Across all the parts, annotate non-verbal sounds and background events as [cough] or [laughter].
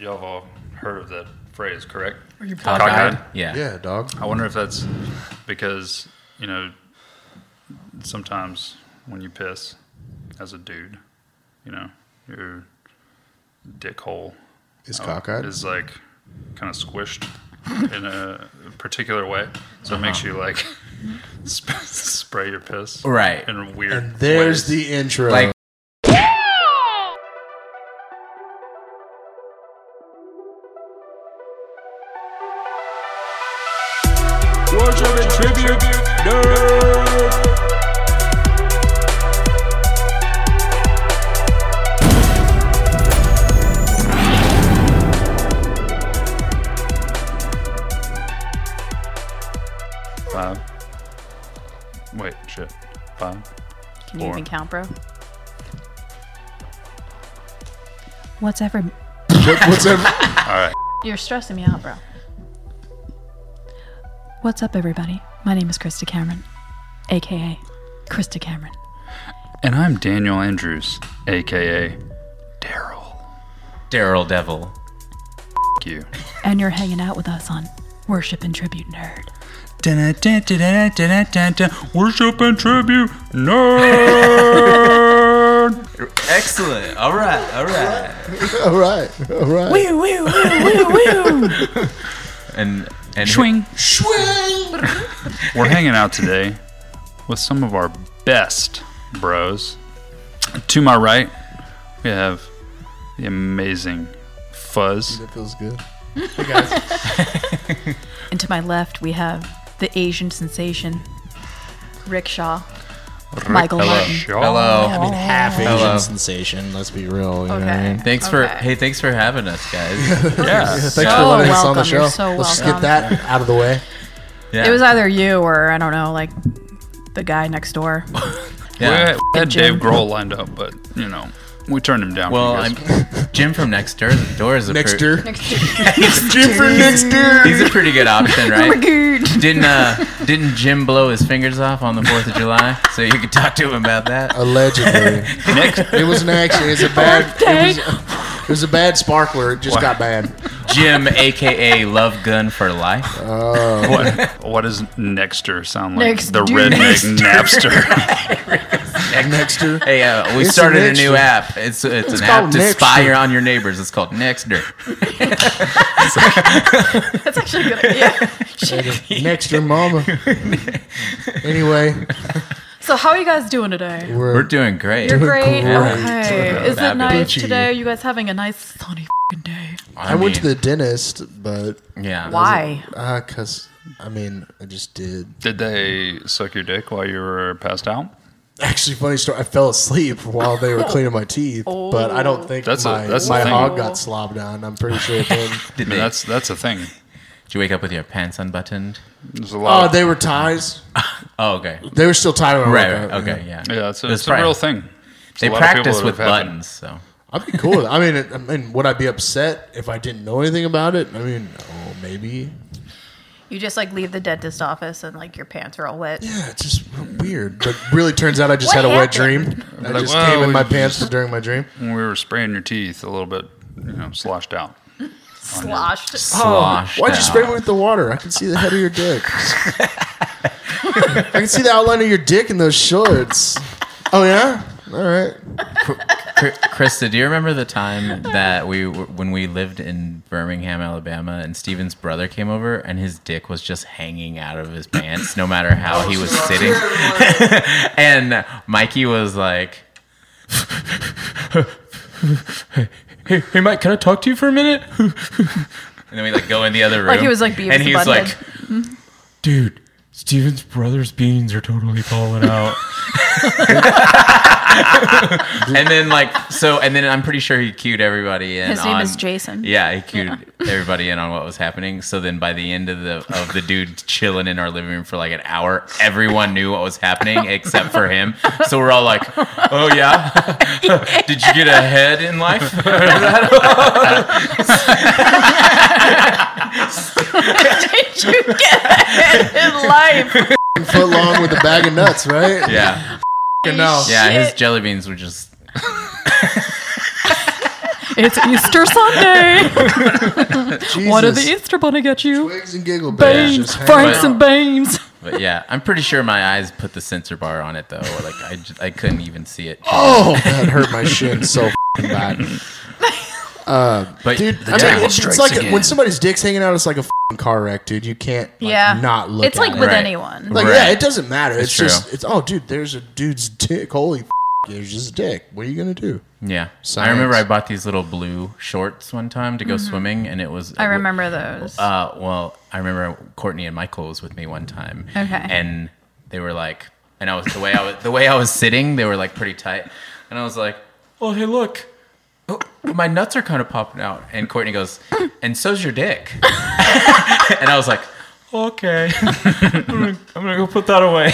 y'all have all heard of that phrase, correct? Are you Cockeyed. Yeah. Yeah, dog. I wonder if that's because you know sometimes when you piss as a dude, you know your dick hole It's uh, cockeyed. is like kind of squished in a particular way, so it Uh-huh. makes you like [laughs] sp- spray your piss Right. in weird. and ways. there's the intro. [laughs] Like- five. Wait, shit, five. Can Four. you even count, bro? What's ever? What- what's that? You're stressing me out, bro. What's up, everybody? My name is Krista Cameron, aka Krista Cameron. And I'm Daniel Andrews, aka Daryl. Daryl Devil. F- you. And you're hanging out with us on Worship and Tribute Nerd. Worship and tribute, nerd. Excellent. All right. All right. [laughs] all right, all right. And and [laughs] We're hanging out today with some of our best bros. To my right, we have the amazing Fuzz. That feels good. And to my left, we have the Asian sensation, Rickshaw. Michael Hello. Martin. hello. Oh, I mean, half Asian Hello. sensation. Let's be real. You know what I Okay. mean? Thanks for Okay. hey, thanks for having us, [laughs] guys. Yeah. Thanks for So letting us on the welcome, show. you're so Let's just welcome. get that out of the way. Yeah. It was either you or I don't know, like the guy next [laughs] door. We yeah. had, we had Good Dave job. Grohl lined up, but you know, we turned him down. Well, because- I'm [laughs] Jim from Next Door. Door is a pre- [laughs] Jim for next door. He's a pretty good [laughs] Oh option, right? Good. Didn't uh didn't Jim blow his fingers off on the Fourth of July? So you could talk to him about [laughs] that. Allegedly, [laughs] Nick, it was an accident. It's a bad. It was, [laughs] it was a bad sparkler. It just Wow. got bad. Jim, aka Love Gun for Life. Oh. [laughs] what, [laughs] what does Nexter sound like? Next the dude. redneck [laughs] Napster. Next door. Hey, uh, we It's started a a new Nexter. app. It's it's, an called app to Nexter. spy on your neighbors. It's called Nexter. That's actually a good idea. [laughs] Next door, mama. Anyway, So how are you guys doing today? we're, We're doing great. You're great. great. Okay. Is it nice Fabulous. today? Are you guys having a nice sunny fing day? I, went to the dentist, but the yeah. Why? uh, cause I mean, I just did. Did they suck your dick while you were passed out? Actually, funny story. I fell asleep while they were cleaning my teeth, but I don't think That's a- my, that's a my thing. hog got slobbed on. I'm pretty sure [laughs] it did. I mean, that's that's a thing. Did you wake up with your pants unbuttoned? There's a Oh, lot. they were ties. Oh, okay. They were still tied when I Right. woke right, up, Okay. Yeah. of, yeah, it's, a- It was it's pri- a real thing. It's They a lot of people practice that with have had it. buttons, so I'd be cool. with it. I mean, it, I mean, would I be upset if I didn't know anything about it? I mean, oh, maybe. You just like leave the dentist office and like your pants are all wet. Yeah, it's just weird. But really, turns out I just What had a wet happened? dream. I Like, just well, came in we my pants during my dream. When we were spraying your teeth, a little bit, you know, sloshed out. Sloshed. sloshed. Oh, Why'd you spray me out. with the water? I can see the head of your dick. I can see the outline of your dick in those shorts. Oh yeah. All right. Cr- Krista, do you remember the time that we were, when we lived in Birmingham, Alabama, and Steven's brother came over and his dick was just hanging out of his pants, no matter how he was sitting. [laughs] and Mikey was like, "Hey, hey, Mike, can I talk to you for a minute?" [laughs] and then we like go in the other room. [laughs] Like he was, like, Beavis and he's and like, Butthead. dude, Steven's brother's beans are totally falling out. [laughs] and then like so, and then I'm pretty sure he cued everybody in. His name on- is Jason. Yeah, he cued everybody in on what was happening. So then, by the end of the of the dude chilling in our living room for like an hour, everyone knew what was [laughs] happening except for him. So we're all like, "Oh yeah, [laughs] did you get ahead in life?" [laughs] Did you get ahead in life? Foot long with a bag of nuts, right? yeah, No. yeah. His Shit. jelly beans were just It's Easter Sunday. Jesus. What did the Easter Bunny get you? Twigs and giggle bears. Beans, Just hanging Franks out. and Beans. But yeah, I'm pretty sure my eyes put the sensor bar on it though. Like I, j- I couldn't even see it. Oh, that hurt my shin so f***ing bad. But Dude, the I mean, devil it's, it's strikes like again. when somebody's dick's hanging out, it's like a f***ing car wreck, dude. You can't like, yeah. not look It's at like it. with Right. anyone. Like, Right. yeah, it doesn't matter. It's, It's just, true. it's, oh, dude, there's a dude's dick. Holy f- there's just a dick. What are you going to do? yeah, Science. I remember I bought these little blue shorts one time to go swimming, and it was Mm-hmm. I remember those. Uh, well, I remember Courtney and Michael was with me one time. Okay. And they were like, and I was the way I was the way I was sitting, they were like pretty tight, and I was like, oh hey look, oh, my nuts are kind of popping out, and Courtney goes, and so's your dick, [laughs] and I was like, [laughs] okay, I'm gonna go put [laughs] that away.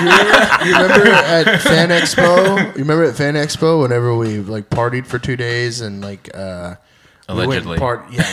You remember at Fan Expo? You remember at Fan Expo whenever we like partied for two days and like uh we went Allegedly. part yeah [laughs]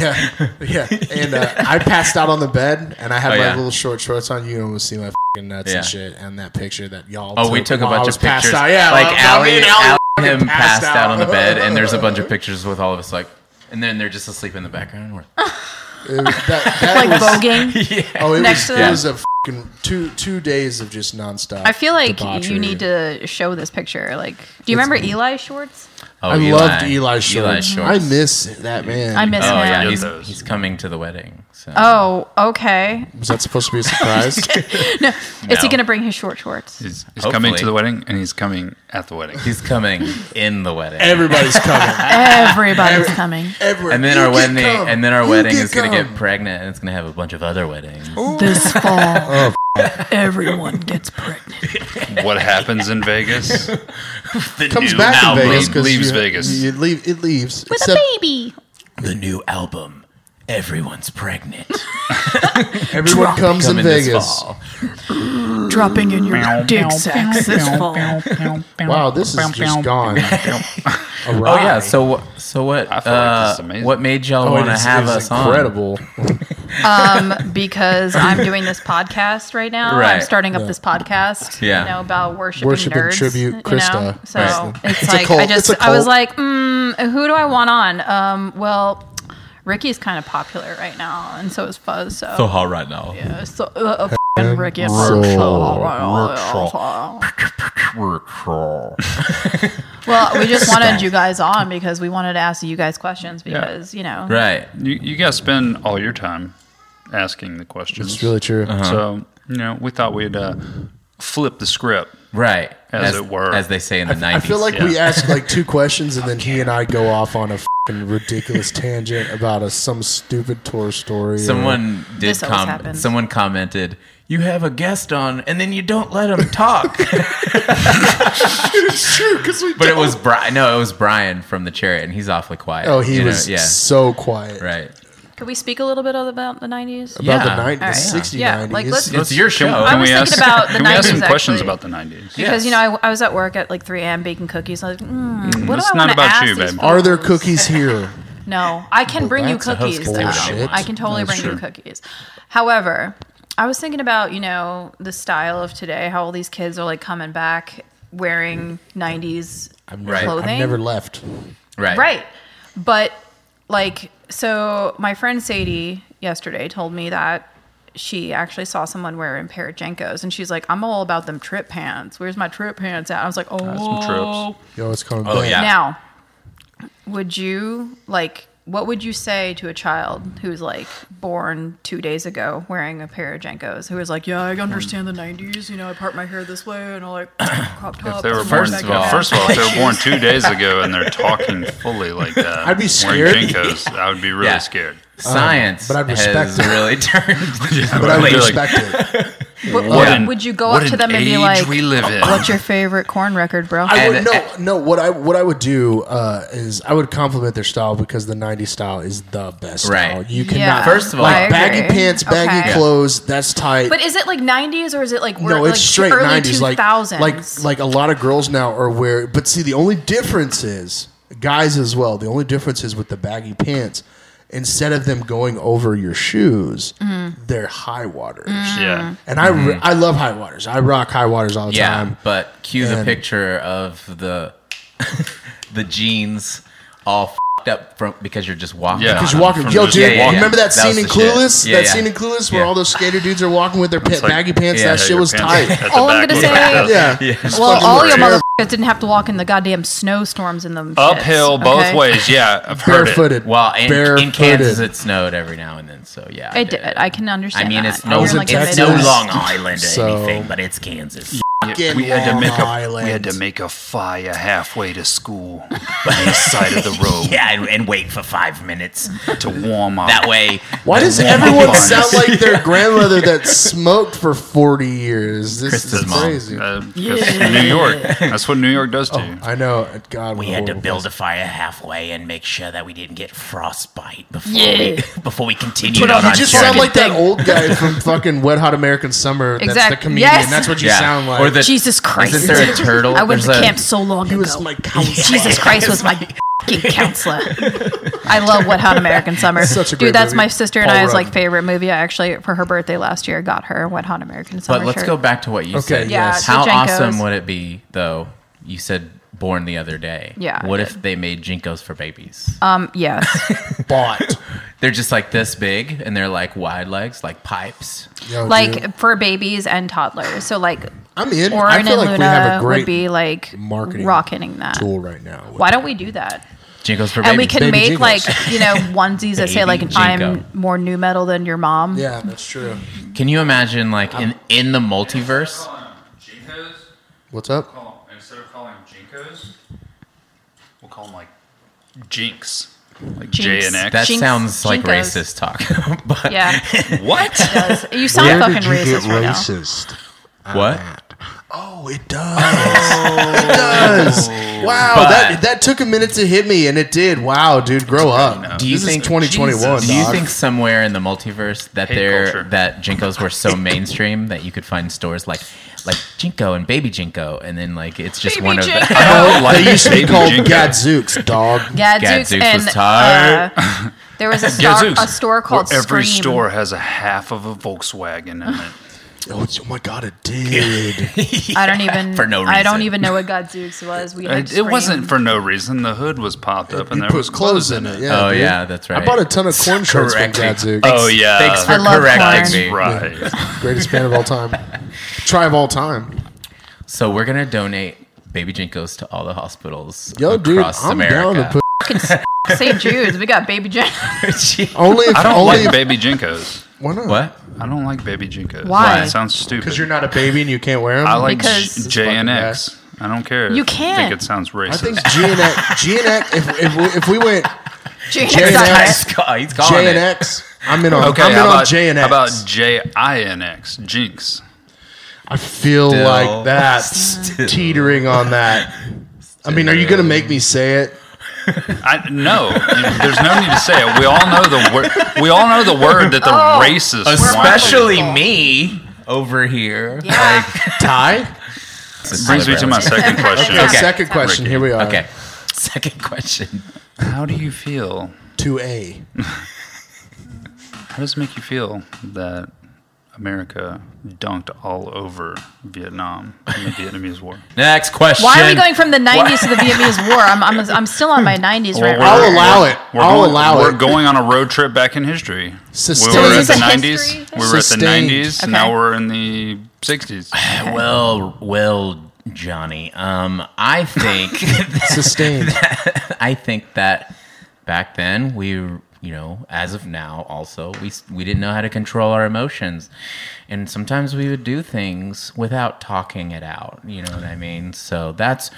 yeah yeah and uh, I passed out on the bed and I had Oh, my yeah. little short shorts on. You almost see my fing nuts Yeah. and shit and that picture that y'all. oh we took a while I bunch was of passed pictures, Out. Yeah, like while- while Allie, me and Allie were and him fucking passed out on the bed, and there's a bunch [laughs] of pictures with all of us like, and then they're just asleep in the background. and We're, It was- [laughs] that- that [laughs] like was- voguing. Oh, it next was, to it the- was a fucking two two days of just nonstop. I feel like debauchery. you need to show this picture. Like, do you remember Eli Schwartz? oh, I loved Eli Shorts. I Shorts. miss that man. I miss Oh him. yeah, Yeah, he's, those. he's coming to the wedding. So. Oh, okay. Was that supposed to [laughs] be a surprise? Is he No. going to bring his short shorts? He's, he's coming to Hopefully. the wedding and he's coming at the wedding. He's coming in the wedding. Everybody's coming. Everybody's coming. [laughs] Everywhere. and then You our get wedding cum. and then our You wedding get is going to cum. Oh. get pregnant and it's going to have a bunch of other weddings. This fall, everyone gets pregnant. what happens in Vegas? comes new back in album Vegas 'cause leaves you- Vegas. You leave, it leaves With except a baby. The new album Everyone's pregnant. [laughs] everyone comes in coming this Vegas. fall. Dropping in your dick sacks this fall. [laughs] Wow, this is just [laughs] gone. um, [laughs] Oh yeah, so wh- so what I feel like this uh, is amazing. what made Oh, y'all want to have us on? incredible. Um, Because I'm doing this podcast right now. I'm Right. starting up this podcast. Yeah. You know, about worshiping, Worship and nerds, tribute you Krista. know? So Right. it's, It's a like, cult. I It's just, a I was cult. like, mm, who do I want on? Um, well, Ricky's kind of popular right now, and so is Fuzz. So, hot right now. yeah, so uh, f***ing Ricky. and Rickshaw. Rickshaw. [laughs] Well, we just wanted you guys on because we wanted to ask you guys questions because, you know, Right. You, you guys spend all your time asking the questions. It's really true. uh, So, you know, we thought we'd uh, flip the script. Right. As it were. As they say in the 90s. I feel like Yeah. we ask like two questions, and then he and [laughs] I go off on a fucking ridiculous tangent about a, some stupid tour story. or- [laughs] someone did This always com- happens. someone commented you have a guest on and then you don't let him [laughs] talk. It's true because we. but it was Brian. No, it was Brian from the Chariot and he's awfully quiet. Oh, he you know, was yeah. so quiet. Right. could we speak a little bit about the 90s? About the Yeah. 90s, All right. 60s, Yeah, 90s. like, let's- It's your show. I was thinking about the can we ask 90s, some questions actually. about the 90s? Because, Yes. you know, I, I was at work at like 3 a.m. baking cookies. I was like, mm, what do that's I not want to about ask you, these babe. people? Are there [laughs] cookies here? No, I can bring you that's a cookies. husband. though. Bullshit. I can totally bring you cookies. However, I was thinking about you know the style of today, how all these kids are like coming back wearing '90s Right. clothing, Mm. I've never left. Right. right? But like, so my friend Sadie yesterday told me that she actually saw someone wearing pair of Jenkos, and she's like, "I'm all about them trip pants. Where's my trip pants at?" I was like, "Oh, some trips. Yo, it's coming Oh back. yeah. now, would you like? What would you say to a child who's like born two days ago wearing a pair of Jenkos? Who is like, yeah, I understand the '90s. You know, I part my hair this way and [coughs] I like crop top. If they were and born, back of it all- down. first of all, if they were born two days ago and they're talking fully like that, I'd be scared. Wearing Jenkos, I would be really Yeah. scared. Science but I has respect it. really [laughs] turned. But I I'd be like, respect [laughs] it. But, What like, an- would you go what up to an them and be age like, we live in. "What's your favorite corn record, bro?" I would, And- no, no. What I what I would do uh, is I would compliment their style because the '90s style is the best Right. style. You Yeah. cannot First of all- like I baggy agree. pants, baggy Okay. clothes. That's tight. But is it like '90s or is it like we're no, like it's straight early '90s. 2000s? Like like like a lot of girls now are wear. But see, the only difference is guys as well. The only difference is with the baggy pants. Instead of them going over your shoes, Mm-hmm. they're high waters. yeah. And I, re- I love high waters. I rock high waters all the yeah, time. but cue the [laughs] And- picture of the the jeans all fed up from because you're just walking. Yeah. on Because Because you them. walking, From yo, just dude. walking. Remember that, That was scene in the shit. Clueless? Yeah, that yeah. scene in Clueless where Yeah. all those skater dudes are walking with their pit, like- baggy pants. Yeah, that shit your was pants tight. at [laughs] the All I'm back gonna look say- like this. yeah. Well, fucking all you terrible. motherfuckers didn't have to walk in the goddamn snowstorms in them. shits, uphill both okay? ways. Yeah, I've heard it. Barefooted. Well, in, in Barefooted. Kansas it snowed every now and then, so yeah. It did. I can understand. I mean, that. it's You're no, was in, in like, the it's Texas. no Midwest. Long Island or So- anything, but it's Kansas. [laughs] Fucking we had to Long make a Island. we had to make a fire halfway to school on the side of the road Yeah, and, and wait for five minutes. to warm up. That way, [laughs] Why the does warm-up everyone bonus- sound like their grandmother that smoked for 40 years? This Krista's is mom. crazy. Uh, 'cause New York. That's what New York does to you. I know. God, We we're had to horrible. build a fire halfway and make sure that we didn't get frostbite before Yeah. we [laughs] before we continued Put on on our You just journey. sound like that old guy from fucking Wet Hot American Summer. That's the Exact- comedian. Yes. That's what you sound like. Or the, Jesus Christ! Isn't there a turtle? [laughs] I went There's to a- camp so long he ago. [laughs] was my counselor. Jesus Christ was my fucking counselor. I love Wet Hot [laughs] American Summer. Such a great Dude, that's movie. my sister and Paul I's like Rudd. favorite movie. I actually for her birthday last year got her a Wet Hot American Summer. But let's shirt. go back to what you Okay, said. Yeah, yes. How to Jenkos. awesome would it be, though? You said born the other day. Yeah, I What did. if they made Jinkos for babies? Um, [laughs] yes. Bought. they're just like this big and they're like wide legs, like pipes. Yo, Oh, dude. like for babies and toddlers. So like I'm in. I Orin feel and like Luna we have a would great be like marketing rocketing that. tool right now. Why don't we do that? Jinkos for And we babies. can make Baby like you know onesies that say like Baby I'm Jinko. more new metal than your mom. Yeah, that's true. Can you imagine like Um, in in the multiverse? Jinkos. What's up? Call 'em- instead of calling them Jinkos, we'll call them like Jinx, like J Jinx. and X. That Jinx- sounds like Jinkos. racist talk. [laughs] but Yeah, what? does. you sound fucking racist right now. racist? Ah, what? Oh, it [laughs] does. it does. Wow, But- that that took a minute to hit me, and it did. Wow, dude, grow up. Do you this think is 2021? Do you dog. [laughs] think somewhere in the multiverse that Hate there culture. that Jinkos were [laughs] so mainstream that you could find stores like like Jinko and Baby Jinko, and then like it's just Baby one of [laughs] Jinko. the they used to be Baby called Jinko. Gadzooks, dog? Gadzooks Gadzooks and was tight. uh, there was a, star, Gadzooks, a store called where every Scream. store has a half of a Volkswagen [laughs] in it. Oh, it's- oh my god, it did. I don't even for no I don't reason. even know what Gadzooks [laughs] was. We had it, it wasn't Scream. [laughs] for no reason. The hood was popped up and you there put was clothes in it. Yeah, Oh, dude. yeah, that's I right. bought a ton of corn shirts from correct. Gadzooks. Oh yeah. Thanks for I love correcting corn. me. right. Greatest band of all time. Try of all time. So we're gonna donate baby jinkos to all the hospitals Yo, dude, across I'm down America. [laughs] to put. [laughs] St. Jude's. We got Baby Jen. Only if I don't only like if, baby jinkos. why not? what? I don't like baby jinkos. Why? It sounds stupid. Because you're not a baby and you can't wear them. I like Because- J J and X. I don't care. You if can't. think it sounds racist. I think G and X. G and X. If, if, we, if we went J and X. He's, ca- he's calling J and it. X, I'm in on. okay, I'm in how on about J and how X. about J I N X? Jinx. I feel Still. like that's Still. teetering on that. I mean, are you gonna make me say it? I no. you- There's no need to say it. We all know the word. We all know the word that the Oh, racist Especially Wonderful. me over here. Yeah. Ty. wanted. brings me to my second question. Okay. Okay. Second question. Here we are. Okay. [laughs] Second question. How do you feel? To A. How does it make you feel that America dunked all over Vietnam in the Vietnamese War? Next question. Why are we going from the 90s to the Vietnamese War? I'm, I'm, I'm still on my 90s right Well, now. I'll we're- allow it. We're I'll going, allow we're it. going on a road trip back in history. Sustained. We were at Is this the a nineties. history? We were at the Sustained. nineties. Okay. Now we're in the sixties. Well, well, Johnny. Um, I [laughs] think [laughs] Sustained. I think that back then we, you know, as of now, also we we didn't know how to control our emotions, and sometimes we would do things without talking it out. You know what I mean? So that's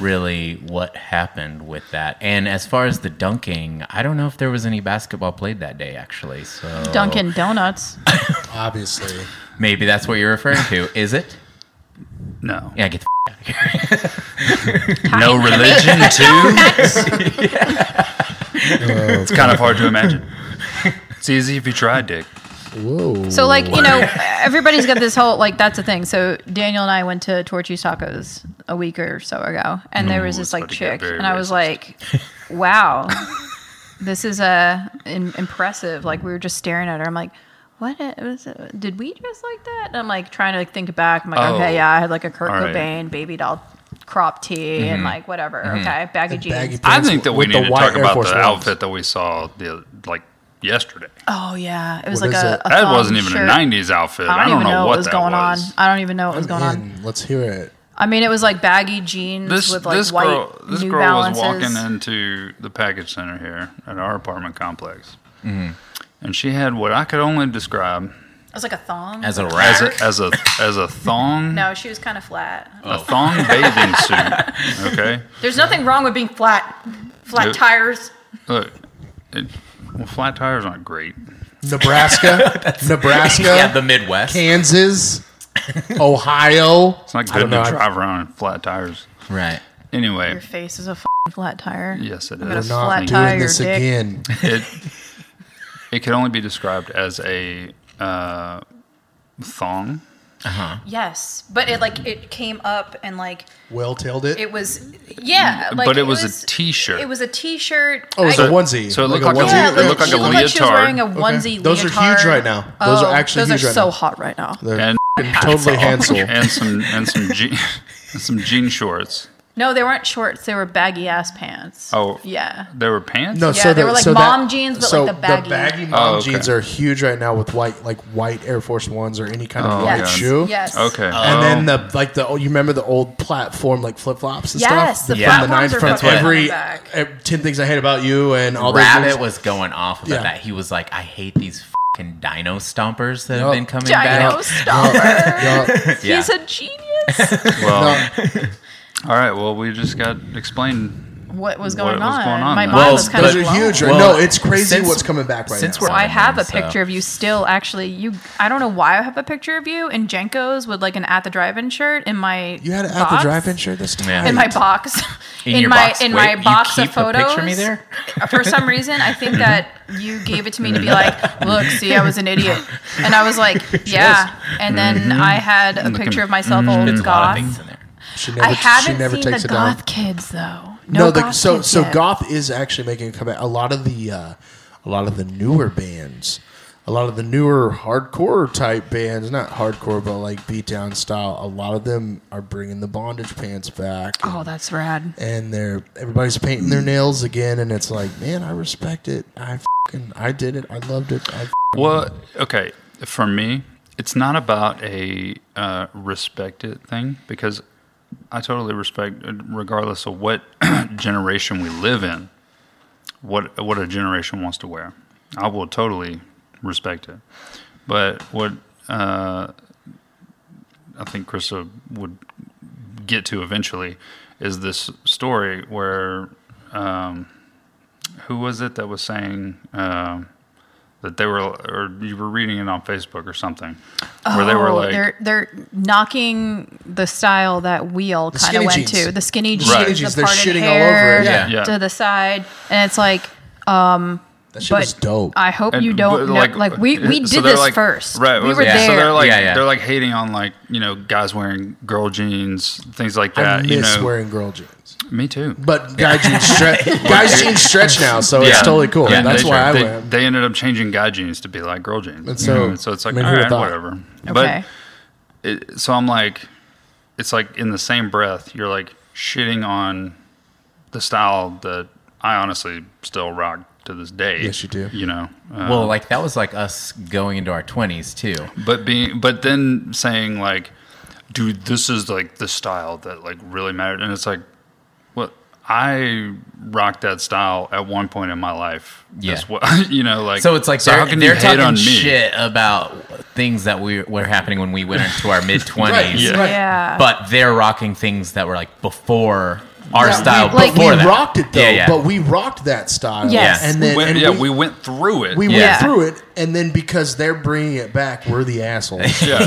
really what happened with that. And as far as the dunking, I don't know if there was any basketball played that day actually. So Dunkin' Donuts. Obviously. maybe that's what you're referring to. Is it? No, Yeah, get the f- out of here. [laughs] no religion too. [laughs] it's kind of hard to imagine. It's easy if you try, Dick. Whoa. So, like, you know, [laughs] everybody's got this whole, like, that's the thing. So, Daniel and I went to Torchy's Tacos a week or so ago, and there was Ooh, this, it's like, about to get chick, very and I was racist. like, wow, this is uh, im- impressive. Like, we were just staring at her. I'm like, what i- was it? Did we dress like that? And I'm like trying to like, think back. I'm like, Oh. okay, yeah, I had like a Kurt All right. Cobain baby doll crop tee Mm-hmm. and like whatever. Okay, baggy The jeans. baggy I pants think that we with the need to white talk Air about Force the Ones. outfit that we saw the like yesterday. Oh yeah, it was What like is a, it? a That wasn't thong even shirt. a '90s outfit. oh, I I don't, don't, even know, know what was that going on. was. I don't even know what was going on. Man, let's hear it. I mean, it was like baggy jeans This with like this white girl this New girl Balances. was walking into the package center here at our apartment complex, Mm-hmm. and she had what I could only describe It was like a thong. As a as rat. a as a as a thong [laughs] no, she was kind of flat. a thong bathing suit. Okay, There's nothing wrong with being flat. Flat Nope. tires. look, it, well, flat tires aren't great. [laughs] Nebraska, Nebraska, yeah, the Midwest. Kansas, Ohio. It's not I good don't to know. drive around in flat tires. Right. Anyway, Your face is a f- flat tire. yes, it gonna is. Flat Not tire, doing this dick. again. it it can only be described as a uh, thong. Yes, but it like it came up and like Well tailed it. it was yeah. Like, but it was, a t-shirt. It was a t-shirt. oh, it's I- a onesie. so it looked a like a Yeah, it looked like she a looked like she was leotard. wearing a onesie Okay. Those are huge leotard. right now. Those are Oh, actually those huge are right so now. hot right now. They're and f***ing [laughs] totally Hansel. and some and some jean and [laughs] some jean shorts. No, they weren't shorts. They were baggy ass pants. Oh. yeah. There were pants. No, Yeah, so they the- were like so mom that- jeans, but so like the baggy. mom Oh, okay. jeans are huge right now with white, like white Air Force Ones or any kind of Oh, white yes. shoe. Yes. Okay. And then the like the oh, you remember the old platform like flip flops and Yes, stuff the from the platforms nine are from fucking every coming back. ev- ten things I hate about you and all those Rabbit things. was going off about Yeah. that. He was like, I hate these fucking dino stompers that Yup. have been coming Dino back. stopper. [laughs] Yeah. Yeah. He's a genius. [laughs] well, [laughs] No, all right. Well, we just got explained. what was What going, was on? going on My there? mind Well, was kind those of are But- huge. Right? Well, no, it's crazy since- what's coming back right since now. we're- I have a So- picture of you still. Actually, you. I don't know why I have a picture of you in Jenko's with like an at the drive-in shirt in my. you had an box, at the drive-in shirt this time. Yeah. in my box. [laughs] In your my box? in Wait, my you box of keep a photos. picture of me there? [laughs] For some reason, I think that you gave it to me to be like, "Look, see, I was an idiot," and I [laughs] was like, "Yeah." And then Mm-hmm. I had a picture of myself old There's Mm. a lot of goth. things in there. she never, I haven't she never seen takes the it down. goth kids though. No, No, the, goth so kids so yet. goth is actually making a comeback. A lot of the uh, a lot of the newer bands, a lot of the newer hardcore type bands, not hardcore but like beatdown style. A lot of them are bringing the bondage pants back. Oh, that's rad. and they're everybody's painting their nails again, and it's like, man, I respect it. I fucking, I did it. I loved it. I, Well, okay. For me, it's not about a uh, respect it thing because I totally respect, uh, regardless of what [clears throat] generation we live in, what what a generation wants to wear. I will totally respect it. But what uh, I think Krista would get to eventually is this story where um, who was it that was saying? Um, that they were or you were reading it on Facebook or something where they were Oh, like they're they're knocking the style that we all kind of skinny went jeans. to the skinny jeans, skinny jeans, the they're parted shitting all hair over it. Yeah. Yeah. to the side, and it's like that shit But was dope. I hope and- you don't but, uh, know. Like, we, we so did they're this like- first. right? we was- were yeah, there. So they're like Yeah, yeah. they're like hating on like you know guys wearing girl jeans, things like that. I miss you know, wearing girl jeans, me too. but guy jeans [laughs] stretch. guys jeans stretch now, so it's Yeah. totally cool. Yeah, That's they, why I they, wear. 'em. They ended up changing guy jeans to be like girl jeans. And so- Mhm. so it's like all I mean, who right, thought? whatever. okay, But it, so I'm like, it's like in the same breath, you're like shitting on the style that I honestly still rock to this day. Yes, you do. You know, uh, Well, like that was like us going into our twenties too. but being but then saying like dude this is like the style that like really mattered and it's like well i rocked that style at one point in my life Yeah. That's what [laughs] you know like So it's like they're, how can they're you hate talking on me shit about things that we were happening when we went into [laughs] our mid twenties, yeah. yeah. but they're rocking things that were like before our Yeah, style. we, but before we that. rocked it though. Yeah, yeah. But we rocked that style. Yes. and We then went- and yeah we, went through it we Yeah. went through it, and then because they're bringing it back, we're the assholes. [laughs] [laughs] yeah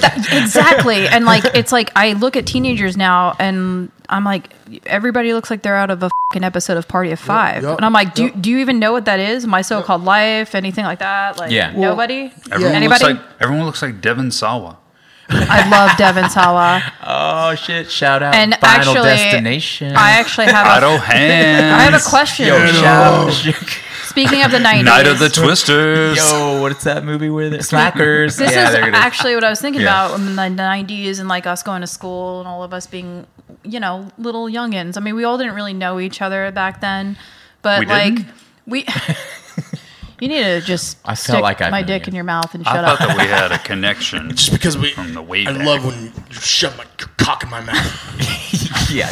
[laughs] that, exactly, and like it's like I look at teenagers now, and I'm like, everybody looks like they're out of a fucking episode of Party of Five, yup, and I'm like, do yup. do you even know what that is? My so-called life, anything like that? Like, Yeah. Well, nobody. everyone Anybody? looks like everyone looks like devin sawa I love [laughs] Devin Sawa, Oh shit! Shout out and Final actually, Destination. I actually have a I idle hands have a [laughs] [laughs] question. Yo, shout out. Speaking of the 90s. Night of the Twisters. Yo, what's that movie where the Slackers? This yeah, is there it is. actually what I was thinking Yeah. about in the 90s and like us going to school and all of us being, you know, little youngins. I mean, we all didn't really know each other back then, but We like didn't? we. [laughs] you need to just I felt stick like I've my known dick you. in your mouth and I shut thought up. that we had a connection. Just because we, From the way I back. love when you shove my c- cock in my mouth. yeah,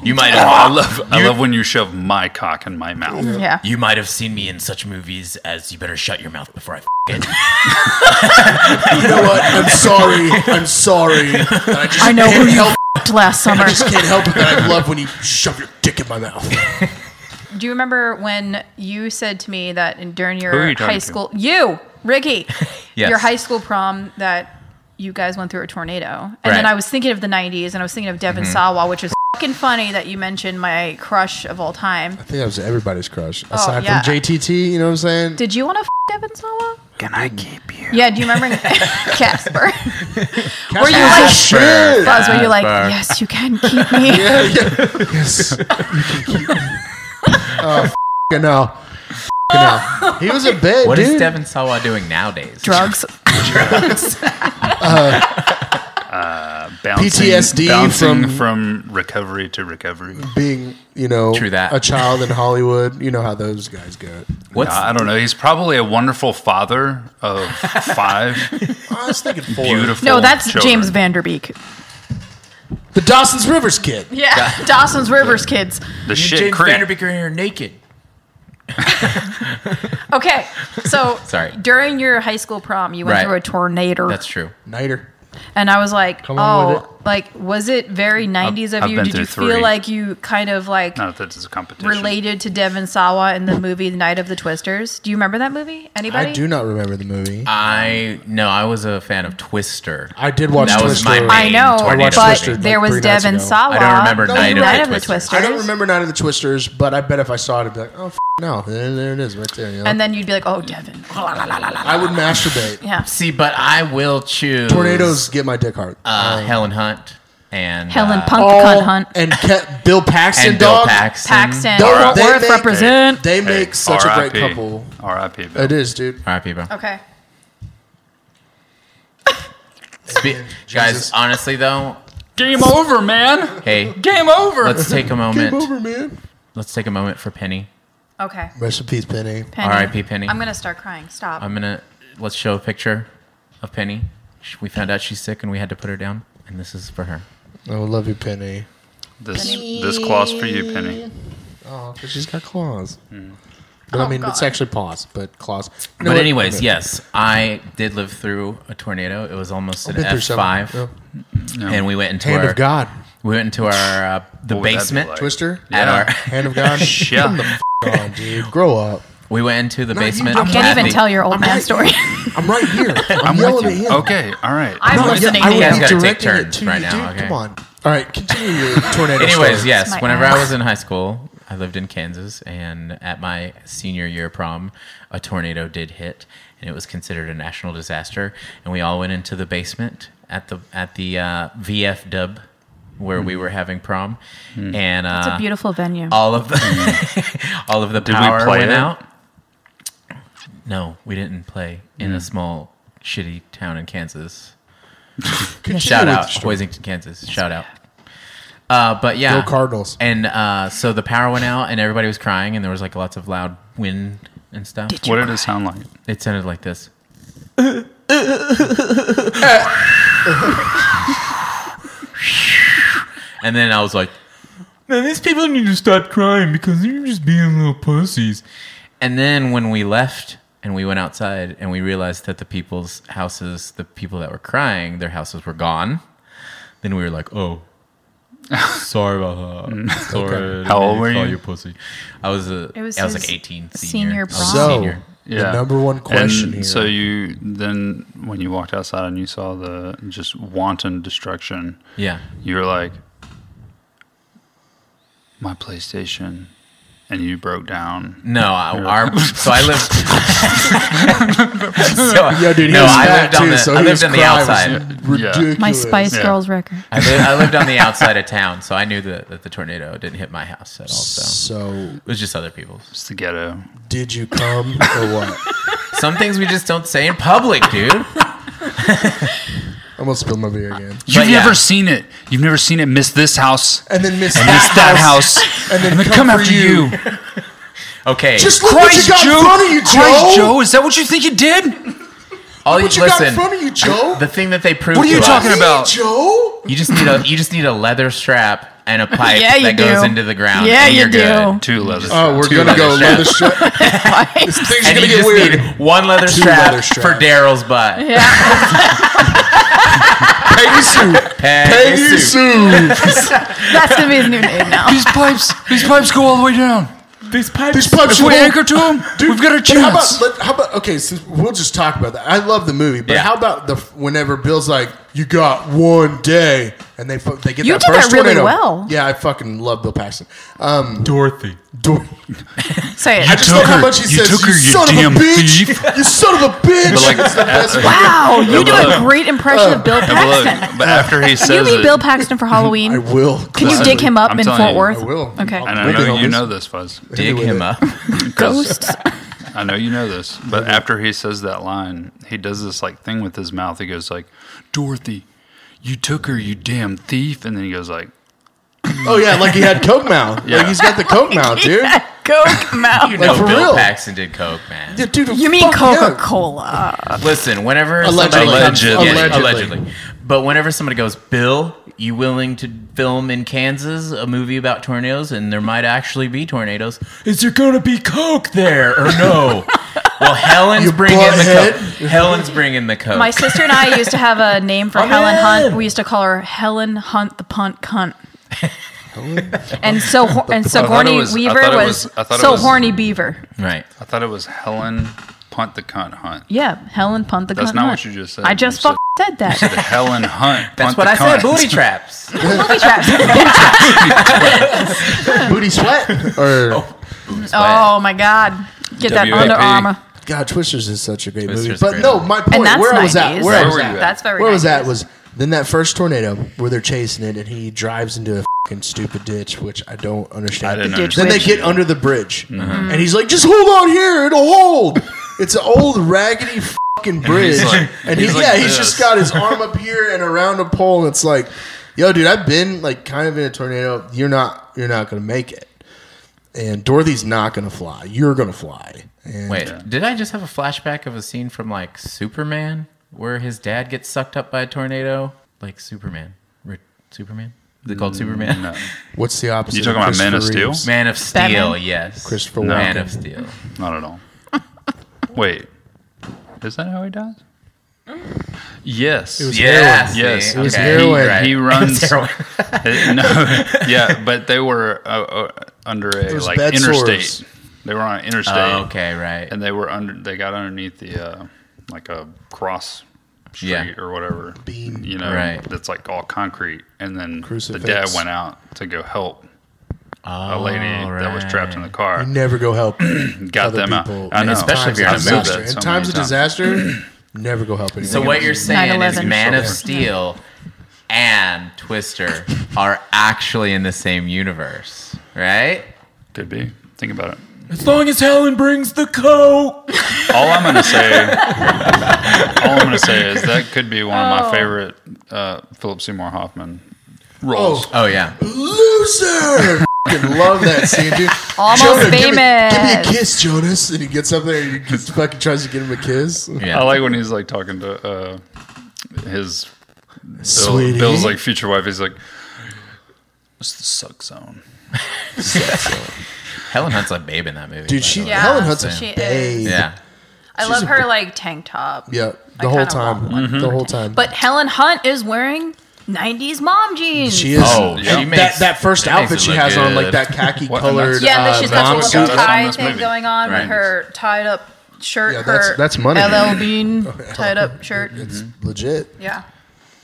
you, you might [laughs] have. I love I love when you shove my cock in my mouth. [laughs] Yeah. You might have seen me in such movies as "You Better Shut Your Mouth Before I F- It." You know what? I'm sorry. [laughs] I'm sorry. I, just I know can't who you help. f***ed last [laughs] summer. I just can't help it that I love when you shove your dick in my mouth. Do you remember when you said to me that in- during Who are your you talking high to? school, you, [laughs] Ricky, Yes. your high school prom that you guys went through a tornado? And then Right. I was thinking of the 90s and I was thinking of Mm-hmm. Devin Sawa, which is fucking funny that you mentioned my crush of all time. I think that was everybody's crush. Aside Oh, yeah. from JTT, you know what I'm saying? Did you want to f- Devin Sawa? Can I keep you? Yeah, do you [laughs] remember Casper? were you like, Shit! Buzz, were you like, Casper. yes, you can keep me? [laughs] Yeah, yeah. [laughs] Yes. [laughs] You can keep- Oh, f***ing hell. F***ing hell. He was a bad What is dude. Devin Sawa doing nowadays? Drugs. Bouncing, PTSD bouncing from- from recovery to recovery. Uh, Being, you know, True that. a child in Hollywood. You know how those guys go. What's I don't know. He's probably a wonderful father [laughs] of five I was thinking four. beautiful. No, that's children. James Vanderbeek. The Dawson's Rivers kid. Yeah, [laughs] Dawson's Rivers kids. the shit creek. in here naked? Okay, so [laughs] Sorry. during your high school prom, you went Right. through a tornado, That's true. Nighter. and I was like, on with "Oh, like was it very '90s of I've you? been Did you through feel three. like you kind of like Not that it's a competition. related to Devin Sawa in the movie The Night of the Twisters? Do you remember that movie? Anybody? I do not remember the movie. I no, I was a fan of Twister. I did watch That was Twister. my I main know, tornado but Twister, like, there was three nights Devin ago. Sawa. I don't remember in Night of the Twisters. Twisters. I don't remember Night of the Twisters, but I bet if I saw it, I'd be like, oh, f- no. There, there it is right there. You know? And then you'd be like, "Oh, Devin." I would masturbate. Yeah. See, but I will choose Tornadoes get my dick hard. Uh, Helen Hunt and Helen uh, Punk All- Cunt Hunt. And Ke- Bill Paxton, and Bill dog. Paxton. Paxton. Dog, Fort they Worth make- represent. Hey, They make such a great RIP. couple. R.I.P. Bill. It is, dude. All right, people. Okay. Spe- guys, honestly though, Game over, man. hey, Game over. let's take a Game moment. over, man. Let's take a moment for Penny. Okay. Rest in peace, Penny. Penny. R.I.P. Penny. I'm gonna start crying. Stop. I'm gonna let's show a picture of Penny. Sh- We found out she's sick and we had to put her down, and this is for her. I love you, Penny. this this claw's for you, Penny. Oh, because she's got claws. But I Oh, mean, it's God. actually paws, but claws. You know But what? anyways, yes, I did live through a tornado. It was almost I've an been through F some. five, Yeah. and we went into Hand our of God. we went into our uh, the What would that be basement like? Twister. at Yeah. our [laughs] Hand of God. Yeah. Come the f- on, dude. Grow up. we went into the basement. don't. I at can't even the- tell your old man right. story. [laughs] I'm right here. I'm, I'm yelling with you. at him. Okay, all right. I'm No, listening yeah, I would to you. guys be gotta take directing it turns to right you, now, dude. okay. Come on. All right, continue your tornado Anyways, story. It's yes, my whenever ass. I was in high school, I lived in Kansas, and at my senior year prom, a tornado did hit, and it was considered a national disaster. And we all went into the basement at the at the uh, VF Dub where we were having prom, Hmm. and uh, It's a beautiful venue. all of the [laughs] all of the we power play went it? out. No, we didn't play in Hmm. a small shitty town in Kansas. Continue Shout with out the story. Hoisington, Kansas. Shout out. Uh, but yeah, Go Cardinals. And uh, so the power went out, and everybody was crying, and there was like lots of loud wind and stuff. what did it sound like? It sounded like this. and then I was like, Man, these people need to stop crying because they're just being little pussies. And then when we left and we went outside and we realized that the people's houses, the people that were crying, their houses were gone, then we were like, Oh, sorry about that. Sorry. I didn't How mean old to were call you? pussy. I was a, It was I was his like 18 senior. I senior was a prom. So, senior. Yeah. the number one question and here. So you then, when you walked outside and you saw the just wanton destruction, Yeah. you were like, "My PlayStation and you broke down. No, I, [laughs] our so I lived. so, Yo, dude, he no, was I fat lived on too, the so I his lived on the cry was outside. Yeah. Ridiculous. My Spice Yeah. Girls record. I, li- I lived on the outside of town, so I knew that, that the tornado didn't hit my house at all. So So, it was just other people's. It's the ghetto. did you come or what? [laughs] Some things we just don't say in public, dude. I'm gonna spill my beer again, You've yeah. never seen it. You've never seen it miss this house, [laughs] and then miss miss that house, and [laughs] then and then come come for after you. Okay, Just look what you got in front of you, Joe. Christ, Joe, is that what you think you did? all What you got in listen. front of you, Joe? The thing that they proved. What are you to us- talking Hey, about? Joe. You just need a you just need a leather strap and a pipe Yeah, you that goes do. into the ground. Yeah, and you you're good. Two leather. Oh, we're Two gonna go leather leather strap. this thing's And gonna you get just weird. need one leather Two strap, leather straps. for Daryl's butt. Peggy Sue. Peg Peggy suit. Sue. [laughs] That's gonna be his new name now. these pipes, these pipes go all the way down. These pipes. These pipes If we won't- anchor to them, [laughs] Dude, we've got a but How chance. about, let- how about okay? Since we'll just talk about that. I love the movie, but Yeah. how about the f- whenever Bill's like, "You got one day," and they fu- they get You that did that first really tornado. well. Yeah, I fucking love Bill Paxton. Um, Dorothy. do- Say I it. just took love how her- much he you says, took her, "You you son damn of a bitch! thief." You son of a bitch!" like, It's the best one. Wow, you do a Hello. great impression Uh, of Bill Paxton. but after he Can you says meet it, Bill Paxton [laughs] for I Halloween? will. Can you Listen, dig him up I'm in telling Fort you, I Worth? will. Okay. and I We'll be know you homies. know this, Fuzz. Dig him up. [laughs] Ghosts. I know you know this, but after he says that line, he does this like thing with his mouth. He goes like, "Dorothy, you took her, you damn thief," and then he goes like, Oh yeah, like he had coke mouth. Yeah. Like he's got the coke [laughs] mouth, dude. Coke [laughs] Mountain. You know for Bill real. Paxton did coke, man. Yeah, dude You mean fuck him. Coca Cola? Listen, whenever Allegedly. somebody comes, Allegedly. Yeah, Allegedly. allegedly. but whenever somebody goes, Bill, you willing to film in Kansas a movie about tornadoes, and there might actually be tornadoes? Is there gonna be coke there or no? well, Helen's You bringing the butthead. coke. Helen's bringing the coke. My sister and I used to have a name Oh, for Helen Hunt. We used to call her Helen Hunt the Punt Cunt. and so hor- and so thought it horny was- I Weaver thought it was, was- I thought it so was- horny Beaver. right. "I thought it was Helen Punt the Cunt Hunt." Yeah, Helen Punt the That's Cunt. not Hunt. what you just said. I just You said- fucking said that. Helen Hunt. [laughs] That's Punt what the I said. Cunt. Booty traps. Booby [laughs] traps. [laughs] Booty sweat or Oh my god. Get that WAP. Under Armour. God, Twisters is such a great Twisters movie. is But great. no, my point And that's where 90s. I was at, where, I was were at, you at? That's very where I was at 90s. was then that first tornado where they're chasing it and he drives into a fucking stupid ditch, which I don't understand. I didn't Uh-huh. The ditch Mm-hmm. then understand. they get under the bridge and he's like, "Just hold on here, it'll [laughs] hold." It's an old raggedy fucking bridge, and, like- he, he's like yeah, he's this. just got his arm up here and around a pole, and it's like, "Yo, dude, I've been like kind of in a tornado. You're not, you're not gonna make it." And Dorothy's not gonna fly. You're gonna fly. And Wait, did I just have a flashback of a scene from like Superman where his dad gets sucked up by a tornado? Like Superman. Re- Superman? Is it called Superman? [laughs] No. What's the opposite? You talking of about Man of Christopher Steel? Reeves? Man of Steel, Batman? yes. Christopher Man Walken. of Steel. Not at all. Wait, is that how he dies? Yes. Yes. Yes. It was He, [laughs] heroin. he runs. It was [laughs] heroin. no, yeah, but they were uh, uh, under a was like bed interstate. sores. They were on an interstate, Oh, okay, right. and they were under. They got underneath the uh, like a cross street Yeah. or whatever Beam. you know, Right. that's like all concrete. And then Crucifix. the dad went out to go help a Oh, lady that was trapped in the car. You never go help. Got other them out. people. I know. Especially if I you're in a said movie. that In so many times of times. disaster, [clears throat] never go help anyone. So what you're saying is 9/11. Man of Steel and Twister are actually in the same universe, right? Could be. Think about it. As long as Helen brings the coke. All I'm gonna say, [laughs] all I'm gonna say is that could be one of my favorite uh, Philip Seymour Hoffman roles. Oh, Oh yeah. loser! [laughs] Fucking love that scene, dude. Almost Jonah, Give me, famous. give me a kiss, Jonas. And he gets up there and he just fucking tries to get him a kiss. I Yeah. like when he's like talking to uh, his Bill, Sweetie. Bill's like future wife. He's like, "What's the suck zone?" Helen Hunt's a babe in that movie. dude, by she the way. Yeah, Helen Hunt's she a is. babe. Yeah. I She's love a- her like tank top. Yeah, the I whole kinda time. want one. Mm-hmm. The whole time. But Helen Hunt is wearing 90s mom jeans. she is. Oh, Yeah. she That- that, makes that first that makes outfit it she look has on, like good. that khaki and that's- colored Yeah, and uh, then she's got mom the that's little what got us on tie this thing movie. going on Right. with her tied up shirt. Yeah, that's- her that's money. LL [laughs] Bean tied up shirt. It's Mm-hmm. legit. Yeah.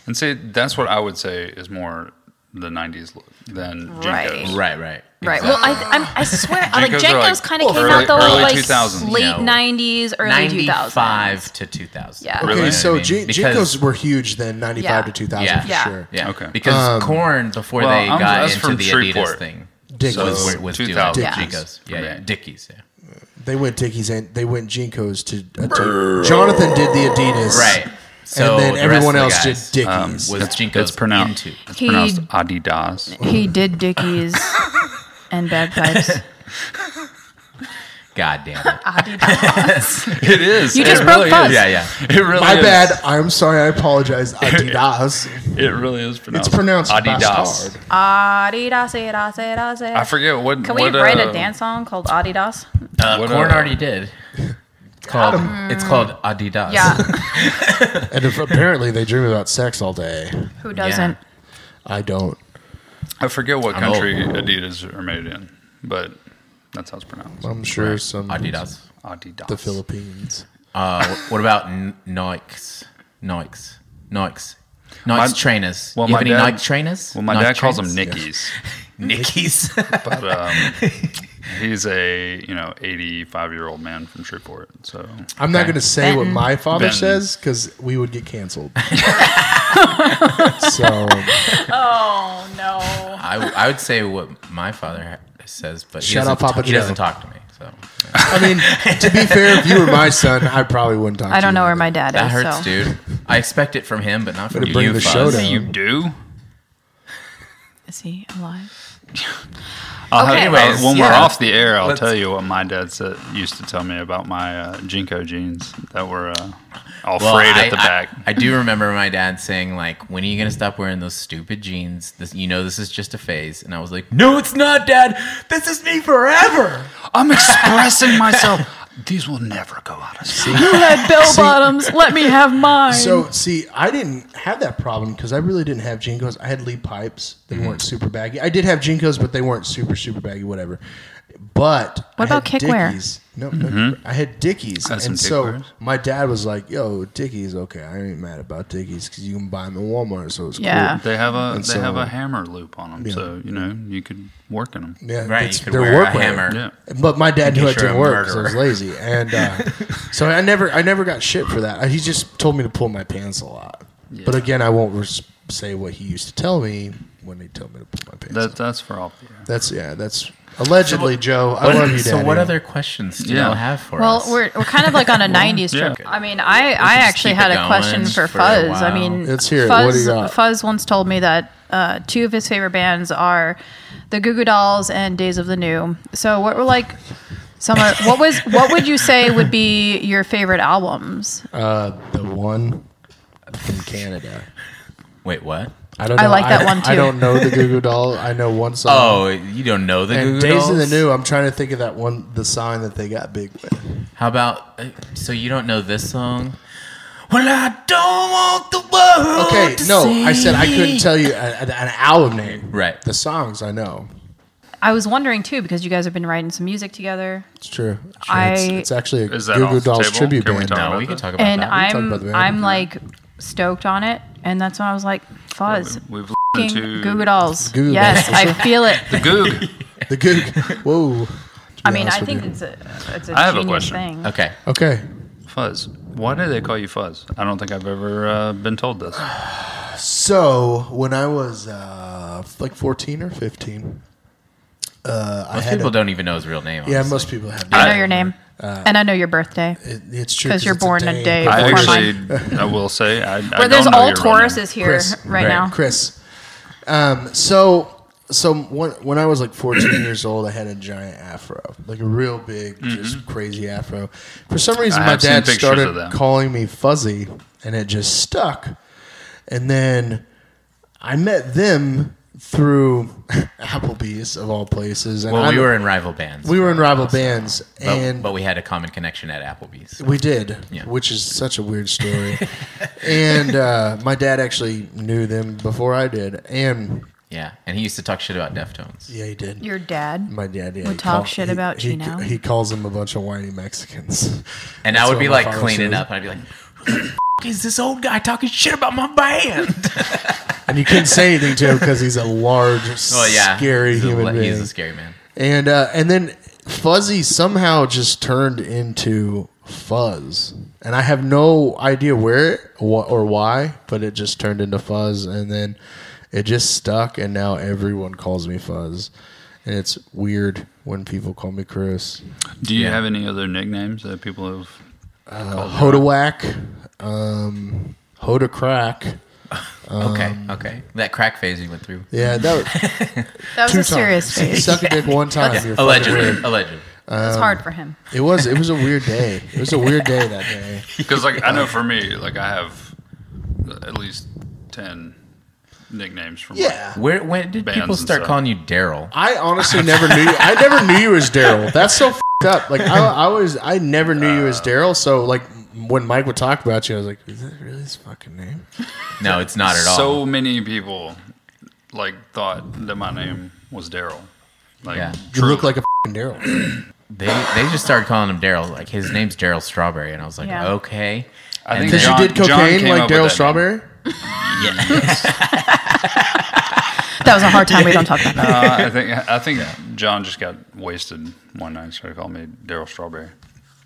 And see, that's what I would say is more the '90s look than Jinko's. Right. Right, right. Right. Well, I, I'm, I swear, like Jenkos are, like, Jenkos kind of came early- out though, early like 2000s, late you know. '90s, early 2000s. 95 to 2000. Yeah. Okay, Really? so J- Because- Jinkos were huge then, 95 to Yeah. 2000 Yeah. for Yeah. sure. Yeah. Okay. Because Um, Corn before well, they I'm- got that's into from the Adidas Shreveport. thing Dickies. So- was Uh, was 2000s. 2000 Yeah. Jinkos. Yeah, yeah. Yeah. Dickies. Yeah. They went Dickies and they went Jinkos to. Adidas. Jonathan did the Adidas. Right. So and then the everyone else rest of the did guys um, Dickies. was It's- Jinkos it's pronounced, into. it's He- pronounced [laughs] Adidas. He did Dickies and bagpipes. [laughs] God damn it. It is. You just it broke really pause. is. yeah, yeah. It really My is. bad. I'm sorry. I apologize. [laughs] Adidas. It really is it's pronounced. pronounced Adidas. Adidas. Adidas, Adidas, Adidas. Adidas. I forget what. Can we what, write uh, a dance song called Adidas? Uh, What, Corn uh, already did. It's called, Um, it's called Adidas. Yeah. And if, apparently they dream about sex all day. Who doesn't? I don't. I forget what I'm old. country Adidas are made in, but that's how it's pronounced. I'm sure some Adidas. Adidas. the Philippines. Uh, what about N- Nikes? Nikes. Nikes. Nikes My- trainers. well, you have my any dad- Nike trainers? Well, my Nike dad calls them trainers? Nickies, Nickies. but [laughs] um, he's a you know 85 year old man from Shreveport, so I'm not going to say what Benton. my father Benton. says because we would get [laughs] canceled. so Oh no. [laughs] I, I would say what my father ha- says, but he Shut doesn't up, Papa ta- he Joe. doesn't talk to me. So I mean, to be fair, if you were my son, I probably wouldn't talk. I to don't you know where like my dad that is. hurts, so. dude. I expect it from him, but not from Better you. bring the Fuzz. show down. you do. Is he alive? I'll Okay. have, anyways, Anyways, when we're yeah. off the air, I'll Let's- tell you what my dad said, used to tell me about my uh, Jinko jeans that were uh, all Well, frayed I, at the I- back. I do remember my dad saying, like, when are you going to stop wearing those stupid jeans? This, you know, this is just a phase. And I was like, no, it's not, dad. This is me forever. I'm expressing [laughs] myself. These will never go out of style. You had bell bottoms. Let me have mine. So see, I didn't have that problem because I really didn't have jinkos. I had Lee pipes; they Mm-hmm. weren't super baggy. I did have jinkos, but they weren't super super baggy. Whatever. But What I about had kickwear? Dickies. No, no, I had Dickies, Mm-hmm. Had some and so kickwears. my dad was like, "Yo, Dickies, okay, I ain't mad about Dickies because you can buy them at Walmart, so it's Yeah. They have a And they have so- a hammer loop on them, so you know you could work in them. cool." Yeah, Right. that's You could their wear a workwear. hammer. Yeah, But my dad knew Making it sure didn't I'm work because I murderer. was lazy, and uh, [laughs] so I never, I never got shit for that. He just told me to pull my pants a lot. But again, I won't res- say what he used to tell me when he told me to pull my pants. that That, that's for off the air. that's yeah, that's allegedly, Joe. I love you, so, Daddy. what other questions do Yeah. y'all have for well, us? we're, we're kind of like on [laughs] a '90s trip. yeah. I mean, I, I just actually keep had it a question going for for a Fuzz. I while. mean, Let's hear it. What do Fuzz you got? Fuzz once told me that uh, two of his favorite bands are the Goo Goo Dolls and Days of the New. So, what were like some? Of, what was what would you say would be your favorite albums? uh, the one from Canada? Wait, what? I don't. I Know. like that one, I too. don't know the Goo Goo Doll. I know one song. Oh, you don't know the and Goo Goo Days of the Dolls? New. I'm trying to think of that one, the sign that they got big with. How about uh, so you don't know this song? Well, I don't want the world. Okay, to no, I see. said I couldn't tell you a, a- an album name. Right. The songs I know. I was wondering too because you guys have been writing some music together, It's true. It's, I- it's actually a Goo Is that Goo off the Dolls table? tribute Can we band. talk- No, about we can that. talk about and that. talked I'm about the band. I'm like stoked on it, and that's when I was like, Fuzz. We've King listened to Goo Goo Dolls. Goo Goo yes, Dolls. I feel it. [laughs] Goog. The Goo. [laughs] Whoa. To be I mean, honest I with think you. it's a it's a I have a genius question. thing. okay. okay. Fuzz. Why do they call you Fuzz? I don't think I've ever uh, been told this. So when I was uh, like 14 or 15, uh, I Most had. people A, don't even know his real name. yeah, honestly. most people have. I know your name, Uh, and I know your birthday. It, it's true 'Cause you're it's a born a day I before actually, I will say, I, I Where don't there's know all your real name. Tauruses here Chris. right, now. Chris. Um, so so when, when I was like 14 years old, I had a giant afro, like a real big, just crazy afro. For some reason, I my have seen dad pictures of started that. calling me fuzzy, and it just stuck. And then I met them through [laughs] Applebee's of all places. And Well, I'm- we were in rival bands. we were in rival bands, but, and but we had a common connection at Applebee's. we did, Yeah. which is such a weird story. [laughs] and uh, my dad actually knew them before I did, and Yeah, and he used to talk shit about Deftones. yeah, he did. Your dad. My dad, yeah. Would he talk shit he- about he, Gino. He calls them a bunch of whiny Mexicans. [laughs] And That's I would what be my like father cleaning says. up, and I'd be like, is this old guy talking shit about my band? And you couldn't say anything to him because he's a large, Well, yeah, scary he's human a, being. He's a scary man. and uh, and then Fuzzy somehow just turned into Fuzz, and I have no idea where wh- or why, but it just turned into Fuzz, and then it just stuck, and now everyone calls me Fuzz, and it's weird when people call me Chris. Do you Yeah. have any other nicknames that people have? Hodawack, um, Hoda Crack. Okay, okay. That crack phase he went through. Um, Yeah, that was That was two [laughs] a serious times. You face. suck a dick one time. you're fucking Allegedly, weird. allegedly. it's hard for him. It was. It was a weird day. It was a weird day that day. Because like I know for me, like I have at least ten nicknames from. Yeah. Where when did Bands people and start stuff. calling you Daryl? I honestly never knew. You. I never knew you as Daryl. That's so fed up. Like I, I always, I never knew you as Daryl. So like when Mike would talk about you, I was like, is that really his fucking name? No, it's not at all. So many people like thought that my name was Daryl. Like Yeah. You truly. look like a fucking Daryl. they they just started calling him Daryl. Like his name's Daryl Strawberry, and I was like, Yeah. okay. I And think then- Because you John- did John cocaine came like up with Daryl that [laughs] Strawberry. That was a hard time. We don't talk about [laughs] that. Uh, I think I [laughs] think John just got wasted one night, so he called me Daryl Strawberry.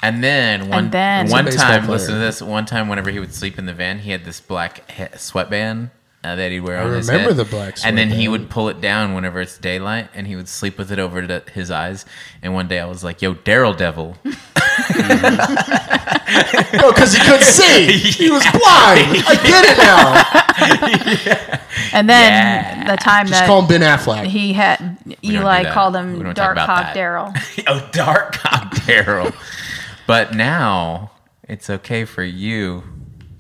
And then one And then- He's a one baseball time, player. listen to this. One time, whenever he would sleep in the van, he had this black he- sweatband uh, that he'd wear. I on his remember head. the black And then he sweatband. would pull it down whenever it's daylight, and he would sleep with it over to his eyes. And one day, I was like, "Yo, Daryl Devil." [laughs] No, because he couldn't see. He [laughs] was blind. I get it now. And then Yeah. the time Just that call him Ben Affleck. he had don't do Eli that. called We him don't talk Dark about Hawk that. Daryl. oh, Dark [laughs] Hawk Daryl. but now it's okay for you.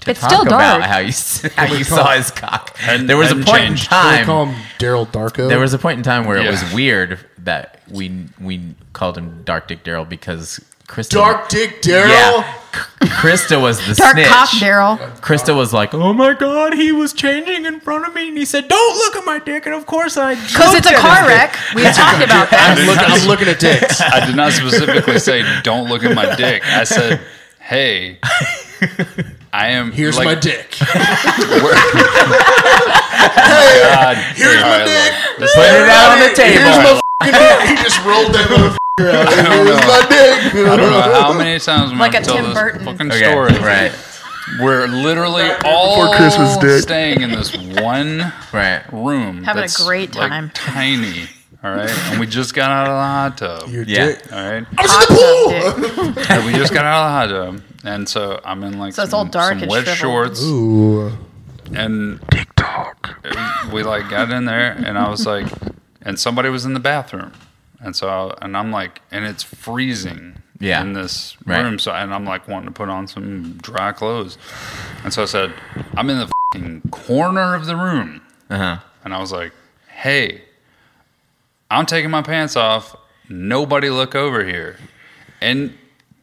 To It's talk still about dark. how you s- how you call- saw his cock. Hadn't- there was a hadn't point in changed. They call time. him Daryl Darko. There was a point in time where it Yeah. was weird that we we called him Dark Dick Daryl because Krista Dark Dick Daryl. Yeah. Krista was the Dark snitch. Hawk Daryl. Krista was like, "Oh my god, he was changing in front of me," and he said, "Don't look at my dick." And of course, I Because looked it's a at car his dick. wreck. We talked about that. I'm, looking, I'm looking at [laughs] dicks. I did not specifically say don't look at my dick. I said, hey, I am Here's like, my dick. [laughs] we're- Oh God, Here's All my right, dick. look, this- Put it out on the table. Here's [laughs] my fucking dick. He just rolled that [laughs] motherfucker out. Here's my dick. I don't know how many times I'm Like gonna a tell Tim this Burton. fucking Okay, story. right, We're literally all Christmas, dick. staying in this one right. room. Having a that's, great like, time. tiny. All right. And we just got out of the hot tub. Your Yeah. dick. all right. I was in the pool. And we just got out of the hot tub. And so I'm in like So it's some, all dark some and wet shriveled. shorts. Ooh. and TikTok. We like got in there, and I was like, and somebody was in the bathroom, and so I, and I'm like, and it's freezing, Yeah. in this Right. room. So and I'm like wanting to put on some dry clothes, and so I said, I'm in the fing corner of the room, Uh huh. and I was like, hey, I'm taking my pants off. Nobody look over here, and.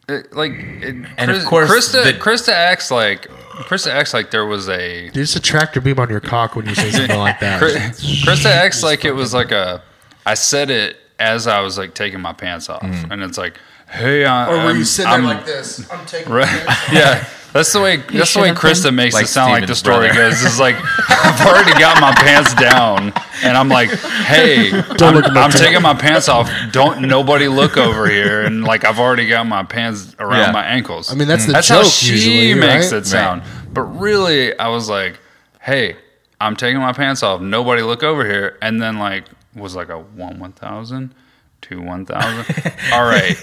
It, like it, And of course Krista, the- Krista acts like Krista acts like there was a There's a tractor beam on your cock when you say something like that. Chris- Krista acts like it was like a. I said it as I was like taking my pants off, and it's like, hey, I, Or were I'm, you sitting I'm, there like this? I'm [laughs] taking Right? [laughs] yeah, that's the way. That's the way should have Krista makes Like it sound like the Steven's story brother. goes. It's like I've already got my pants down, and I'm like, [laughs] hey, I'm, look at my I'm dick. taking my pants off. Don't nobody look over here, and like I've already got my pants around Yeah. my ankles. I mean, that's the That's joke how she usually, makes right? it sound. But really, I was like, hey, I'm taking my pants off. Nobody look over here. And then, like, was like a one, one thousand, two, one thousand. All right.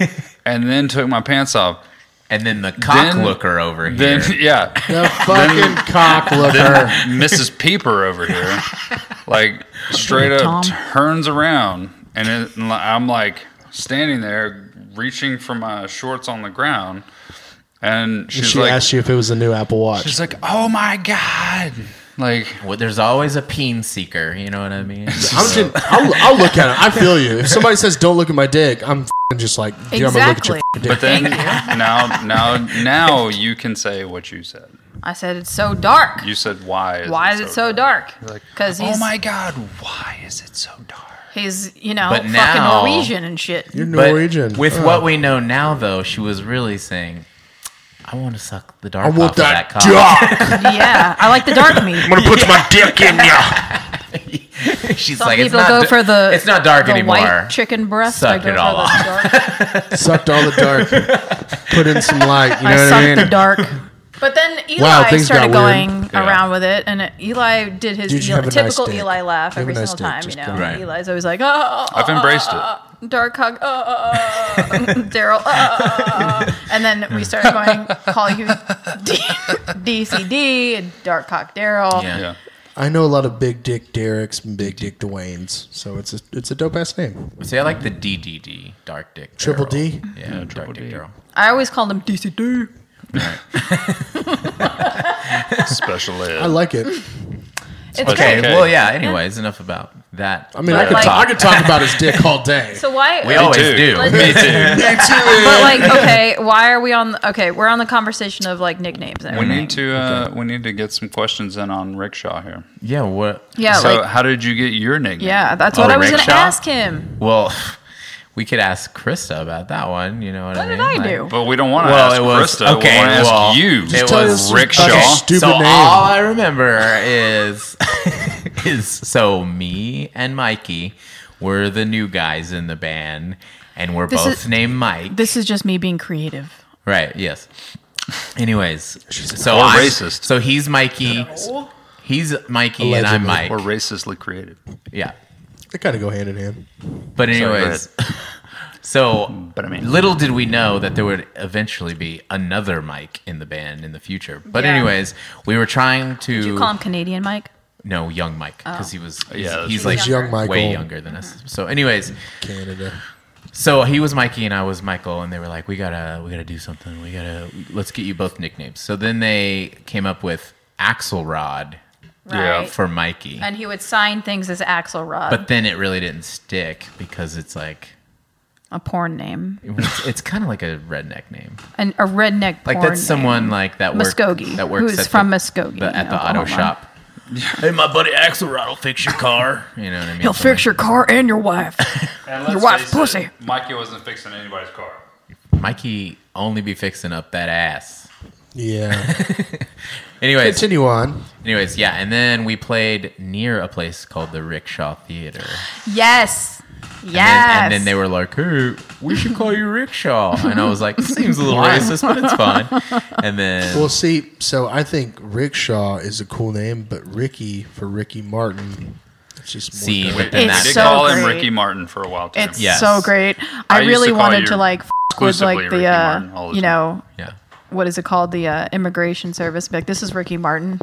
And then took my pants off. [laughs] And then the cock Then- looker over Then, here. [laughs] yeah. The fucking cock Then looker. Mrs. Peeper over [laughs] here, like, straight up Tom. turns around. And it, and I'm like standing there, reaching for my shorts on the ground. And she's She like, asked you if it was a new Apple Watch. She's like, "Oh my god!" Like, Well, there's always a peen seeker. You know what I mean? I'm just, I'll, I'll look at it. I feel you. If somebody says don't look at my dick, I'm fing just like, dude, I'm gonna look at your Exactly. f- but then [laughs] now, now, now you can say what you said. I said it's so dark. You said, "Why? Is Why is it so dark? Because Oh he's my god! Why is it so dark? he's you know But fucking now- Norwegian and shit. You're But Norwegian. With Uh, what we know now, though, she was really saying, I want to suck the dark I want off that, that, of that [laughs] cock. job. yeah, I like the [laughs] dark meat. I'm gonna put my dick in ya. She's Some like, it's people not go d- for the It's not dark the anymore. White chicken breast. Suck I go it all for the [laughs] dark. Sucked all the [laughs] dark. Put in some light. You know I what suck I mean? the dark. [laughs] But then Eli Wow, things started got weird. going around with it, and Eli did his Dude, you have Eli- a nice typical dick. Eli laugh You have every a nice single dick, time. You just know, go. Right. Eli's always like, "Oh, I've embraced it. dark hug, uh, uh, uh, [laughs] Daryl, uh, uh, uh." and then we started going, [laughs] call you D- DCD and dark cock Daryl. Yeah. Yeah. I know a lot of Big Dick Derek's and Big Dick Dwayne's, so it's a it's a dope ass name. See, I like the DDD, Dark Dick. Triple Daryl. D. Yeah, triple Dark Dick D. Daryl. I always called him DCD. Special ed. I like it. It's Okay, Okay. great. well, yeah, anyways, enough about that. I mean, I But could like- talk, I [laughs] could talk about his dick all day. So why? we always too. do. [laughs] [laughs] Let's- Me too. but like, [laughs] okay, why are we on? Okay, we're on the conversation of like nicknames. And We everything. need to uh, we need to get some questions in on rickshaw here. Yeah, what? yeah, so like, how did you get your nickname? yeah, that's Oh, what I was going to rickshaw? ask him. Well, [laughs] we could ask Krista about that one. You know what, What I mean? did I Like- do? But we don't want to Well, ask it was Krista. okay. we want to ask well, you. It tell was us some rickshaw. fucking stupid so name. all I remember is [laughs] is so me and Mikey were the new guys in the band, and we're This both is- named Mike. This is just me being creative. Right. Yes. [laughs] Anyways, so Or I'm- racist. So he's Mikey. He's Mikey, and I'm Mike. We're racistly creative. Yeah. They kind of go hand in hand. But go anyways, [laughs] so But I mean- little did we know that there would eventually be another Mike in the band in the future. But Yeah. anyways, we were trying to Did you call him Oh. Canadian Mike? no young Mike because he was he's, Yeah, that's he's right. like He's It's young Michael, way younger than us. So anyways, Canada. [laughs] So he was Mikey and I was Michael, and they were like, "We gotta, we gotta do something. We gotta, let's get you both nicknames." So then they came up with Axelrod Yeah, Right. for Mikey, and he would sign things as Axelrod, but then it really didn't stick because it's like a porn name, it's, it's kind of like a redneck name. and a redneck. Like porn that's someone like that works Muskogee, that works who's at from the, Muskogee, the- at the auto Oklahoma. shop. hey, my buddy Axelrod will fix your car. You know what I mean? He'll Something fix your car and your [laughs] wife. Your wife's face it, pussy. Mikey wasn't fixing anybody's car. like- Mikey only be fixing up that ass. Yeah. Anyways, Continue on. Anyways, yeah, and then we played near a place called the Rickshaw Theater. yes, yes. And, then, and then they were like, "Hey, we should call you Rickshaw," and I was like, "Seems a little racist, but it's fine." And then Well, see, so I think Rickshaw is a cool name, but Ricky for Ricky Martin. It's just more see, dope. but then They It's that did so call him great. Ricky Martin for a while too. it's Yes. so great. I, I used really to call wanted you to like f- with exclusively like the Ricky uh, Martin all the you know time. yeah, what is it called the uh, immigration service? Be Like this is [laughs] Ricky Martin.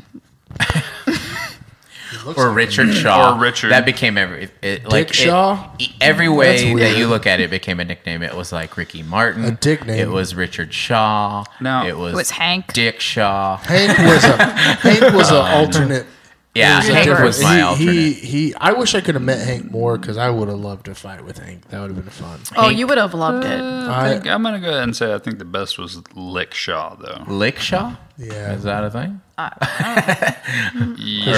or Richard Shaw, Or Richard. That became every it, like it- Shaw? e- every way weird. that you look at it became a nickname. It was like Ricky Martin, A dick name. It was Richard Shaw. No. it was It was Hank. Dick Shaw. Hank was a Hank [laughs] was an alternate. Yeah, was a Oh, Hank different- was my he, alternate. He, he, I wish I could have met Hank more because I would have loved to fight with Hank. That would have been fun. Oh, Hank. you would have loved it. I I, think I'm gonna go ahead and say I think the best was Lickshaw though. Lickshaw? Yeah. Is that a thing? Yeah, Or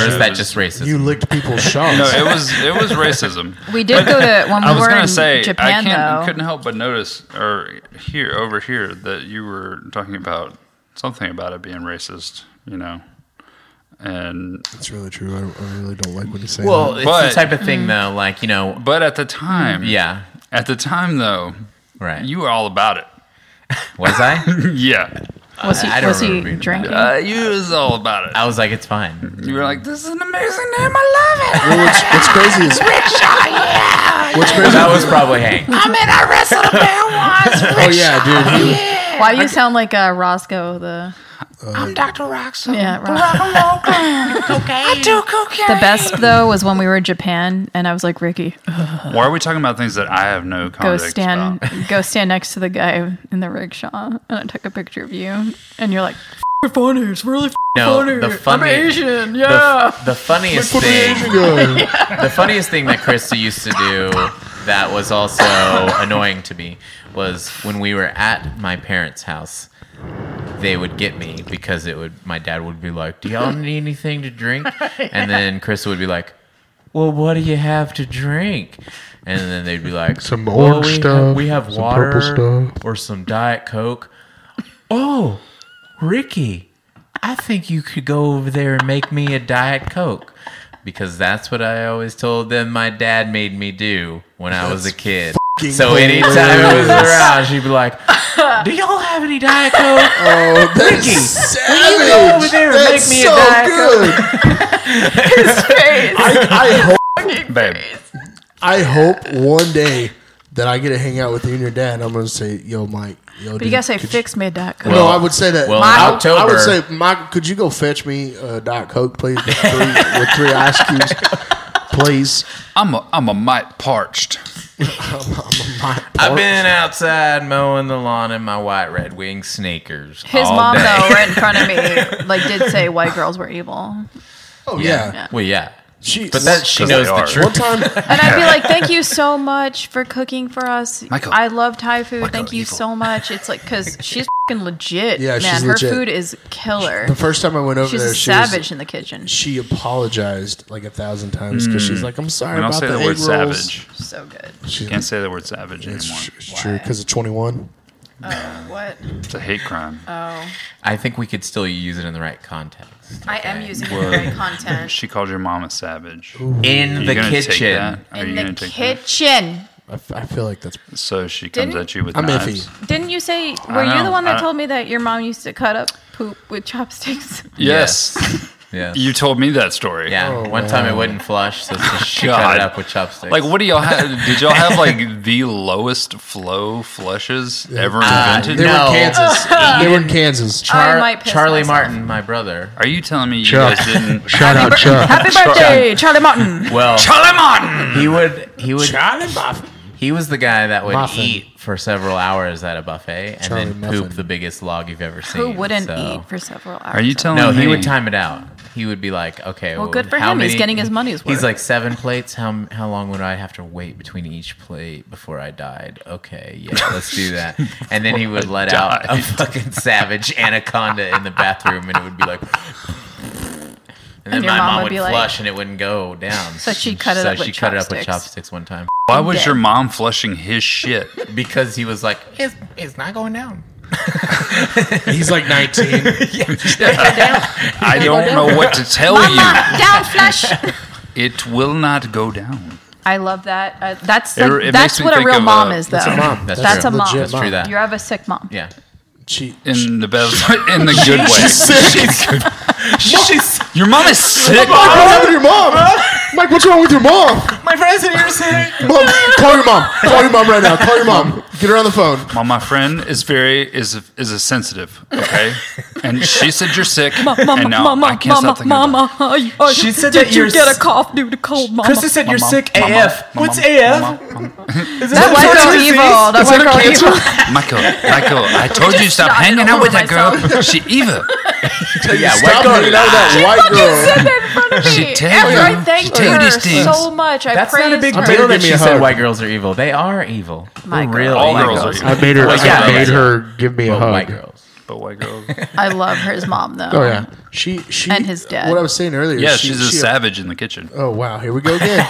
is it that was- just racism? you licked people's [laughs] shots. No, it was it was racism. We did go to when we I was were gonna in say I Japan can't, though. couldn't help but notice or here over here that you were talking about something about it being racist, you know. And That's really true. I, I really don't like what he's saying. Well, it's But- the type of thing though, like you know, but at the time, yeah, At the time though, right. you were all about it. [laughs] was [laughs] I? Yeah. was he I don't was he remember being- drinking? Uh, you was all about it. I was like, it's fine. You were like, "This is an amazing name. I love it." Well, what's, what's crazy [laughs] is what's crazy. That was probably Hank. Oh yeah, dude. he- Why do you sound like uh, Roscoe the? I'm Dr. Roxo. Yeah, Rock [laughs] and roll cocaine. I do cocaine. The best though was when we were in Japan, and I was like, Ricky, Oh, Why are we talking about things that I have no go context stand, about? [laughs] go stand next to the guy in the rickshaw, and I took a picture of you, and you're like, "F- funny, it's really f- No, funny. the funny- I'm Asian, The, yeah. the funniest thing, the funniest thing that Krista used to do that was also annoying to me was when we were at my parents' house. They would get me because it would. My dad would be like, "Do y'all need anything to [laughs] drink?" And then Krista would be like, "Well, what do you have to drink?" And then they'd be like, Some "Well, orange we stuff, Have, we have some water purple stuff." or some diet coke." Oh, Ricky, I think you could go over there and make me a Diet Coke. Because that's what I always told them my dad made me do when I was a kid. So anytime it was around, she'd be like, Do y'all have any Diet Coke? Oh, that's Ricky, savage. go over there and that's make me a so Diet good. Face. I, I hope Babe, I hope one day that I get to hang out with you and your dad. I'm gonna say, "Yo, Mike, yo." But you gotta say fix me a Diet Coke. no, Well- I would say that. well, in I, I would October- say, Mike, could you go fetch me a Diet Coke, please, with three, with three ice cubes, please? I'm a, I'm a mite parched. Mike, [laughs] I've been outside mowing the lawn in my white Red Wing sneakers. His all mom day. though, right in front [laughs] of me, like did say white girls were evil, oh yeah. Well, yeah. She, But that she 'Cause they knows the are. truth. one time, [laughs] and I'd be [laughs] like, "Thank you so much for cooking for us. Michael. I love Thai food. Michael, Thank you evil." so much." It's like [laughs] because she's fing legit, Yeah, man. she's Her legit. food is killer. the first time I uh, went over She's there, a she was- savage in the kitchen. she apologized like a thousand times because she's like, "I'm sorry We don't about say the the egg word rolls." savage. So good. She- Can't say the word savage it's anymore. tr- it's true because of 21. What? It's a hate crime. Oh, I think we could still use it in the right context. I am using it Well, in the right content. She called your mom a savage. In Are you the gonna take kitchen. that? [laughs] Are you In gonna the take kitchen. I, f- I feel like [laughs] that's that? So she comes Didn't- at you with I'm knives. iffy. Didn't you say? Were you know. the one that I- told me that your mom used to cut up poop with chopsticks? Yes. Yeah. [laughs] you told me that story. yeah. One time it wouldn't flush, so [laughs] she cut God. it up with chopsticks. Like, what do y'all have? Did y'all have like the lowest flow flushes ever Uh, invented? they were No. in Kansas. they were in Kansas. I might piss Charlie myself. Martin, my brother. Are you telling me you Chuck. guys didn't? Shout out Chuck. Happy birthday, [laughs] Charlie Martin. Well, Charlie Martin. he would he would Charlie Muffin. he was the guy that would Muffin. eat for several hours at a buffet and Charlie then Muffin. poop the biggest log you've ever seen. [laughs] Who wouldn't so- eat for several hours? Are you telling No, me? he would time it out. He would be like, okay, Well, good for him. He's getting his money's worth. He's like seven plates. How how long would I have to wait between each plate before I died? Okay, yeah, let's do [laughs] that. And then he would let out a fucking savage anaconda in the bathroom, and it would be like. [laughs] And then your my mom mom, would would be like- flush, and it wouldn't go down. So she cut it up So with she cut it up with chopsticks. chopsticks one time Why was dead. your mom flushing his shit? because he was like, "It's [laughs] it's not going down." He's like 19. [laughs] I don't know what to tell you. Mama, down flush. [laughs] It will not go down. I love that. Uh, that's It- like, it makes that's me what a think real of, mom uh, is, though. mom. That's That's true. a mom. Legit That's true. That You have a sick mom. [laughs] yeah. She, [laughs] In the best, in the good way. She's sick. She's Your mom [laughs] is sick. What's wrong with your mom? Mike, what's wrong with your mom? my friends here saying. Mom, call your mom. Call your mom right now. Call your mom. Get her on the phone. Mom, my friend is very is a, is a sensitive. [laughs] Okay, and she said you're sick, and now I can't stop thinking about it. She [laughs] said did that you you're get a s- cough due to cold, mama? Krista said you're Mama, sick mama, AF. mama, What's AF? mama, mama. that white girl evil. That white girl evil. [laughs] Michael, Michael, I told you to stop snotted hanging out over with that girl. She [laughs] evil. Yeah, [laughs] Stop girl- hanging out with [laughs] that white [laughs] girl. Sit in front of me. She tell After you. I thanked She tell you her these things. so much, I That's praised not a big her. deal Give that me she a said hug. white girls are evil. They are evil. My They're God. real All evil. girls are evil. I made her. Well, yeah, I made yeah. her give me a But hug. white girls. But white girl. I love her as mom, though. Oh yeah. She. She. And his dad. What I was saying earlier. Yeah, she- she's a she- savage in the kitchen. Oh wow. Here we go [laughs] again.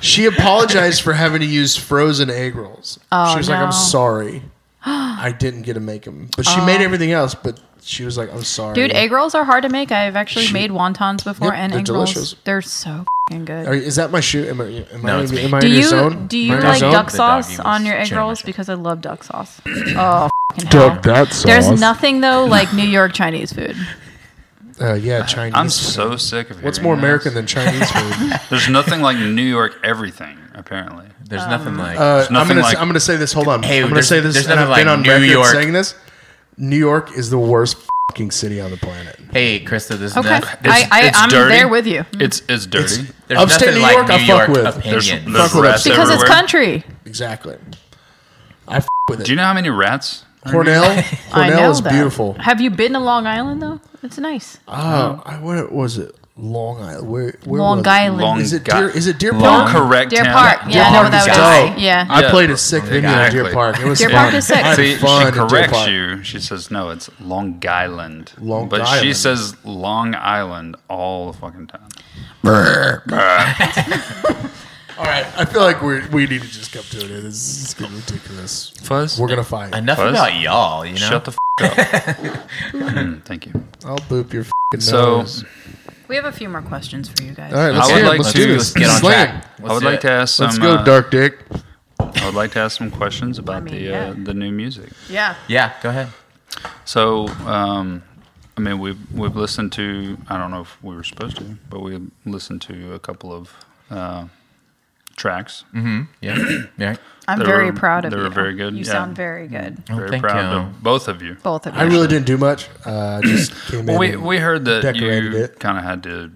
she apologized for having to use frozen egg rolls. Oh, she was like, no. "I'm [gasps] sorry. I didn't get to make them." But she made everything else. But she was like, "I'm sorry, Uh. Dude, egg rolls are hard to make. I've actually made wontons before Yep, and they're egg delicious. rolls. They're so fing good. Are, is that my shoe? Am I, am I, it's me. am I do in your you zone? do you Am I in your like zone? duck The sauce doggy on was your egg chewing my rolls? shit. Because I love duck [clears throat] sauce. Oh, fing hell. Duck that sauce. There's nothing though like New York Chinese food. Uh, yeah, Chinese. I'm food. so sick of What's hearing more this. American than Chinese [laughs] food? There's nothing like New York everything, apparently. There's Um, nothing like. Uh, I'm nothing gonna like- I'm gonna say this. Hold on. Hey, I'm gonna there's- say this. there's And I've nothing been like on New record York. saying this. New York is the worst fucking city on the planet. hey, Krista, there's [laughs] Okay, nothing. I, I it's I'm dirty. there with you It's it's dirty. There's Upstate nothing New like York, New I fuck York with. there's opinion. there's Fuck with rats it. because it's everywhere. country. Exactly. I f- with it. Do you know how many rats? Cornell. I know Cornell is that. beautiful. Have you been to Long Island though? It's nice. Oh, I, what was it? Long Island. Where? where Long was it? Island. Long Is it Guy- deer? Is it Deer Don't Park? correct Deer him. Park. Yeah, I know what that Dog was. is Gonna say. Yeah. I Yeah. played a sick venue at Deer Exactly. Park. It was Deer fun. Park is sick. I had See, fun she at Deer corrects Park. you. She says no, it's Long Island. Long but she Island. says [laughs] Long Island all the fucking time. All right, I feel like we we need to just come to it. This is getting ridiculous. Fuzz, We're gonna fight. Enough Fuzz? about y'all, you know. shut the f- up. [laughs] Mm, thank you. I'll boop your fing So- nose. We have a few more questions for you guys. All right, let's I would hear it. like let's to- do let's this. get on Sling it. track. I would like to ask some. Let's go, uh, Dark Dick. I would like to ask some questions about mean, the uh, yeah. the new music. Yeah. Yeah, go ahead. So, um, I mean, we've we've listened to. I don't know if we were supposed to, but we listened to a couple of uh, tracks. [clears throat] Yeah, yeah. I'm They very Mm. were- proud of they you. were very good, You yeah. sound very good. Oh, Very thank proud you. of both of you. Both of you. I really didn't do much. Uh, [laughs] just came Well, in. we and- we heard that decorated you it. kind of had to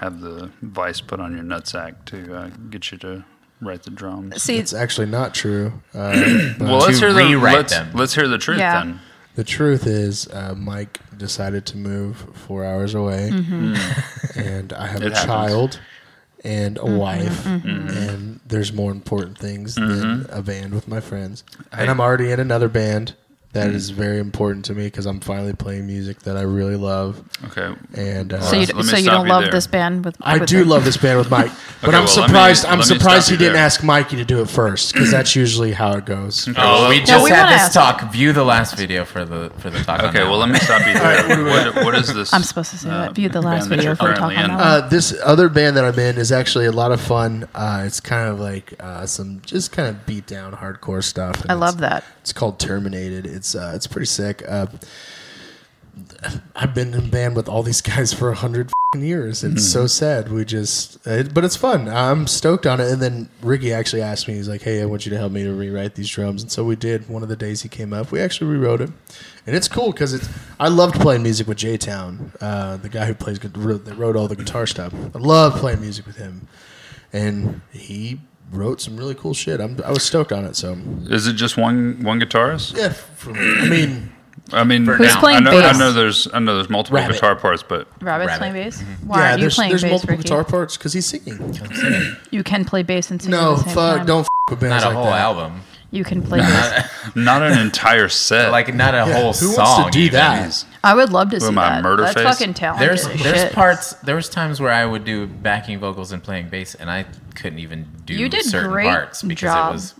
have the vice put on your nutsack to uh, get you to write the drums. See, it's actually not true. [clears throat] Uh, but Well, let's To hear the rewrite let's, them. let's hear the truth Yeah. then. the truth is, uh, Mike decided to move four hours away, and I have Hmm. It a happens. Hmm. child and a wife, and there's more important things Mm-hmm. than a band with my friends. Hey. and I'm already in another band that is Hmm. very important to me because I'm finally playing music that I really love. Okay. And uh, so you, Let me so you stop don't you love there. this band with I with do the- love this band [laughs] with Mike, but Okay, well, let I'm me- surprised. I'm let me surprised stop he you didn't there. ask Mikey to do it first because that's usually how it goes. Oh, we just we had wanna this ask- talk. View the last video for the for the talk. on Okay, that well, one. let me stop you there. what, what is this? I'm supposed to say that. View Uh, the last band that video you're for the talk currently on in? that one. Uh, this other band that I'm in is actually a lot of fun. Uh, it's kind of like uh, some just kind of beat down hardcore stuff. and I love it's- that. It's called Terminated. It's uh, it's pretty sick. Uh, I've been in band with all these guys for a hundred f***ing years. It's so sad. We just, it, but it's fun. I'm stoked on it. And then Ricky actually asked me, he's like, "Hey, I want you to help me to rewrite these drums." And so we did. One of the days he came up, we actually rewrote it, and it's cool because it's. I loved playing music with J Town, uh, the guy who plays gu- wrote- that wrote all the guitar stuff. I love playing music with him, and he wrote some really cool shit. I'm, I was stoked on it. So Is it just one one guitarist? yeah, for, I mean. I mean, Who's I playing know, bass? I know there's I know there's multiple Rabbit. guitar parts, but Rabbit's Rabbit. playing bass. Mm-hmm. Why aren't you there's, playing there's bass, multiple Ricky? guitar parts because he's singing. You can play bass and sing No, at the same fuck, time. don't f- with bands not a like whole that. album, You can [laughs] play bass. not an entire set. like not a Yeah, whole who song. wants to do even. that? I would love to Who see am I, that. Murder That's Face? fucking talented. There's as there's shit. parts. There was times where I would do backing vocals and playing bass, and I couldn't even do You did certain great parts because job. it was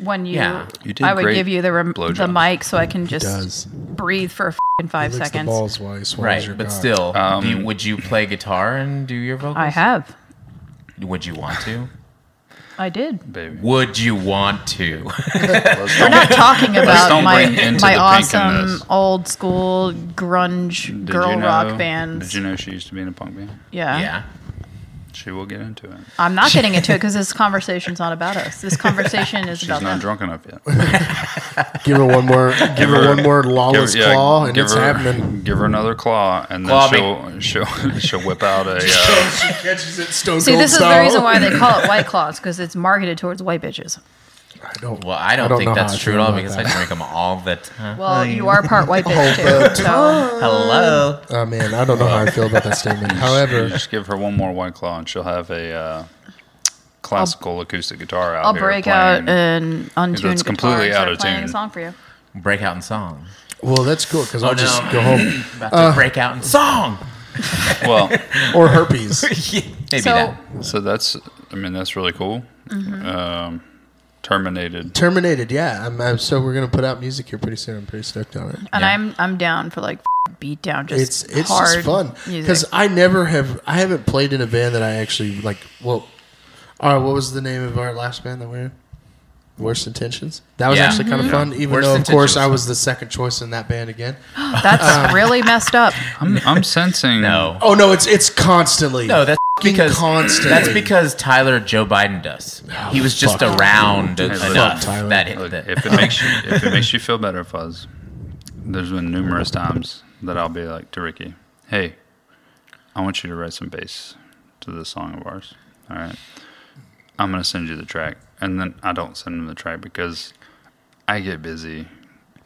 when you. Yeah. You did I would great give you the rem- the blowjob. Mm-hmm. mic so I can just does. breathe for fucking five Licks the seconds. balls while he swallows right. your But cock. still, Um, do you- would you play guitar and do your vocals? I have. Would you want to? I [laughs] did. baby. Would you want to? [laughs] We're not talking about don't my bring into my the pink in awesome this. old school grunge Did girl you know- rock bands. Did you know she used to be in a punk band? yeah. yeah. She will get into it. I'm not getting into it [laughs] because this conversation's not about us. This conversation is She's about not them. drunk enough yet. give her one [laughs] more, give her her- one more lawless yeah, claw, and give it's her, happening. [laughs] Give her another claw, and then Claw me. she'll, she'll [laughs] she'll whip out a. Uh, [laughs] she catches it stone See, this is the reason why they call [laughs] it White Claws because it's marketed towards white bitches. I don't. Well, I don't, I don't know think how that's I true at feel all about because that. I drink them all the [laughs] time. Well, you are [laughs] part white bitch too. So Hello. Oh man, I don't know how I feel about that [laughs] statement. you [laughs] However, just give her one more white claw, and she'll have a uh, classical acoustic guitar out I'll here break playing. out uh, an untuned It's guitar completely and start out of playing a tune. song for you. Break out in song. well, that's cool because I'll no. just go home [laughs] About to break out in song. [laughs] [laughs] well, or herpes. Maybe So- that. so that's I mean that's really cool. Mm-hmm. Um, terminated. [laughs] Terminated. Yeah, I'm, I'm. So we're gonna put out music here pretty soon. I'm pretty stoked on it. And Yeah. I'm I'm down for like beat down just it's it's hard just fun because music. I never have I haven't played in a band that I actually like. Well, all right, what was the name of our last band that we were? in? Worst Intentions. That was Yeah. actually Mm-hmm. kind of fun, even Worst though of course Intentions. I was the second choice in that band again. [laughs] uh, That's really messed up. I'm, I'm sensing. No. Oh no, it's it's constantly. No, that's Fucking because constantly. that's because Tyler Joe Biden does. He was just fuck. around Tyler. enough Fuck Tyler. that, it, Look, that if it [laughs] makes you if it makes you feel better, Fuzz. There's been numerous times that I'll be like to Ricky, "Hey, I want you to write some bass to this song of ours. All right, I'm gonna send you the track." And then I don't send him the track because I get busy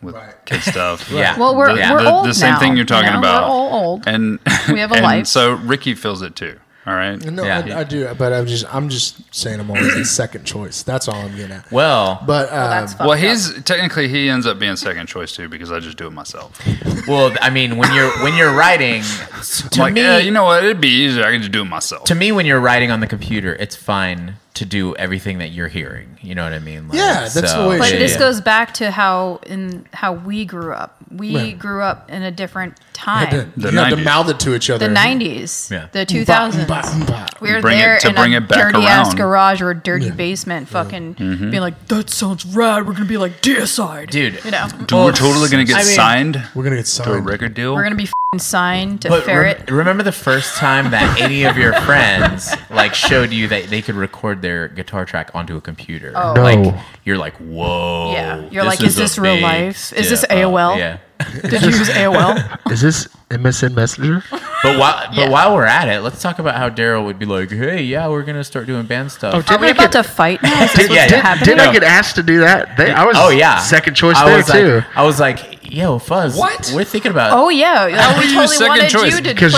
with Right. [laughs] kid stuff. Yeah. Well, we're, the, we're the- old the same now, thing you're talking you know? about. We're all old. And We have a and life. So Ricky feels it too. All right. No, Yeah. I, I do, but I'm just I'm just saying I'm always [coughs] the second choice. That's all I'm getting [laughs] at. well, But uh, that's fucked Well, up. he's technically he ends up being second choice too because I just do it myself. well, I mean, when you're when you're [laughs] writing, uh, to like, uh, me, yeah, you know what? It'd be easier. I could just do it myself. to me, when you're writing on the computer, it's fine to do everything that you're hearing. You know what I mean? Like, Yeah, that's the way it But Yeah, this yeah. goes back to how in how we grew up. We grew up in a different Had to- time. The you had to 90s. mouth it to each The other. nineties, Yeah. the two thousands. We were Bring it- there to in bring a it back dirty around. ass Mm-hmm. garage or a dirty basement, fucking being like, "That sounds rad. We're gonna be like Deicide, Dude. You know, Dude, we're totally gonna get I mean- signed We're gonna get to a signed. record deal. we're gonna be fing signed to But ferret. rem- remember the first time [laughs] that any of your friends like showed you that they could record their guitar track onto a computer? Oh. No. Like you're like, whoa. Yeah. You're like, is a this real big life? Is this step up. AOL? Yeah. Did you use [laughs] AOL? Is this MSN Messenger? But while but Yeah. while we're at it, let's talk about how Daryl would be like, hey, yeah, we're gonna start doing band Oh, stuff. Are we about to fight? now? Is this Yeah, what's yeah. happening? I get asked to do that? They, I was Oh yeah, I was like, I was like, "Yo, Fuzz, What? We're thinking about [laughs] Oh yeah, How were we you totally second wanted choice? you to play